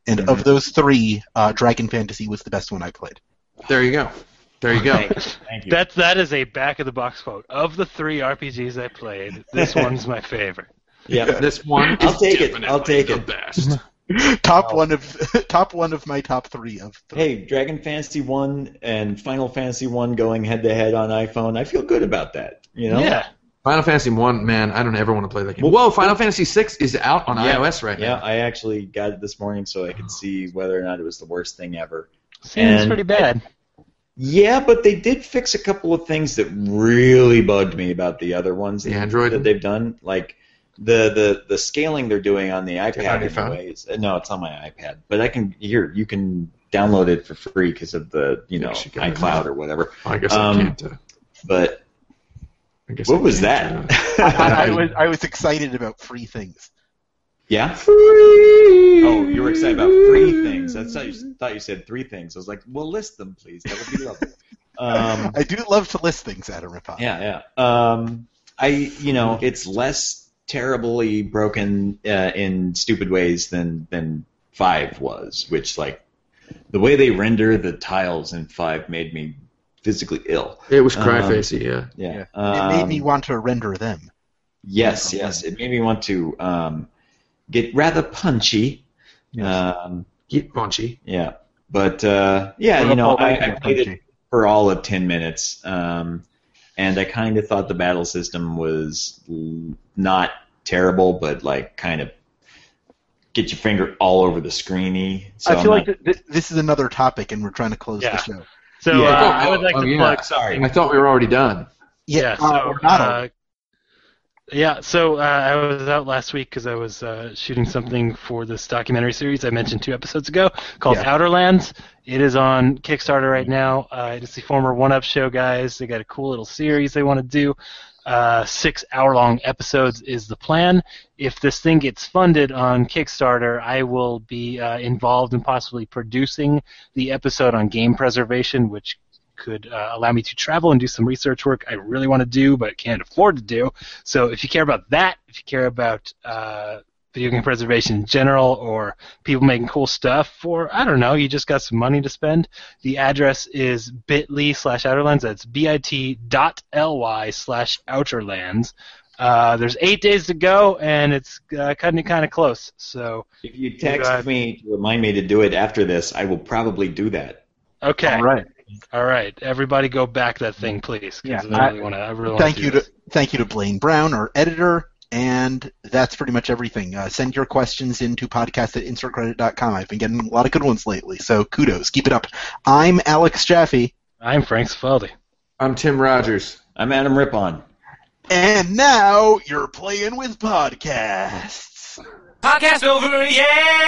and
Mm-hmm.
of those three, uh, Dragon Fantasy was the best one I played.
There you go. There you go.
Thank, thank you.
That's that is a back of the box quote. Of the three RPGs I played, this one's my favorite.
yeah.
This one.
I'll
is
take it. I'll
definitely
take
the
it.
Best.
top
Oh.
one of top one of my top three of three.
Hey, Dragon Fantasy One and Final Fantasy One going head to head on iPhone. I feel good about that. You know.
Yeah.
Final Fantasy One, man, I don't ever want to play that game. Whoa, Final Fantasy Six is out on
Yeah.
iOS right
Yeah,
now.
I actually got it this morning so I could see whether or not it was the worst thing ever.
Seems
And-
pretty bad.
Yeah, but they did fix a couple of things that really bugged me about the other ones.
The Android?
that they've done, like the the the scaling they're doing on the
it on your
iPad.
phone?
Anyways, Uh, no, it's on my iPad, but I can here you can download it for free because of the you know
You should get it.
iCloud or whatever.
I guess
Um,
I can't. Uh,
But
I guess I
what was
can't,
that?
uh,
I, I was I was excited about free things.
yeah. Oh, you were excited about three things. That's how you thought you said three things. I was like, well, list them, please. That would be lovely. Um,
I do love to list things, Adam Rippon.
Yeah, yeah. Um, I, you know, it's less terribly broken uh, in stupid ways than than five was, which like the way they render the tiles in five made me physically ill.
uh, it was
Um,
Cryfacy, yeah.
Yeah.
It made me
Um,
want to render them.
Yes, yes. It made me want to um, get rather punchy. Um,
Get punchy.
yeah. But uh, yeah, you know, I, I played it
Punchy.
for all of 10 minutes. Um, and I kind of thought the battle system was l- not terrible, but like kind of get your finger all over the screeny. So
I feel
I'm
like th- th- this is another topic, and we're trying to close
Yeah.
the show.
So
Yeah.
uh,
Oh,
I would like
oh,
to
yeah.
plug
Sorry.
something.
I thought we were already done.
Yeah.
uh,
So,
we're not
uh, yeah. So uh, I was out last week because I was uh, shooting something for this documentary series I mentioned two episodes ago called
Yeah.
Outerlands. It is on Kickstarter right now. Uh, it is the former One Up Show guys. They got a cool little series they want to do. Uh, six hour long episodes is the plan. If this thing gets funded on Kickstarter, I will be uh, involved in possibly producing the episode on game preservation, which could uh, allow me to travel and do some research work I really want to do but can't afford to do. So if you care about that, if you care about uh, video game preservation in general or people making cool stuff or, I don't know, you just got some money to spend, the address is bit.ly slash outerlands. That's bit.ly slash outerlands. Uh, there's eight days to go, and it's uh, cutting it kind of close. So,
if you text
God.
me to remind me to do it after this, I will probably do that.
okay.
All right.
All right, everybody, go back that thing, please. 'cause
Yeah,
I
I-
really want to. I really wanna
Thank
do
you to
this.
thank you to Blaine Brown, our editor, and that's pretty much everything. Uh, send your questions into podcast at insertcredit.com. I've been getting a lot of good ones lately, so kudos. Keep it up. I'm Alex Jaffe,
I'm Frank Sfaldi.
I'm Tim Rogers.
I'm Adam Rippon.
and now you're playing with podcasts.
Podcast over, yeah!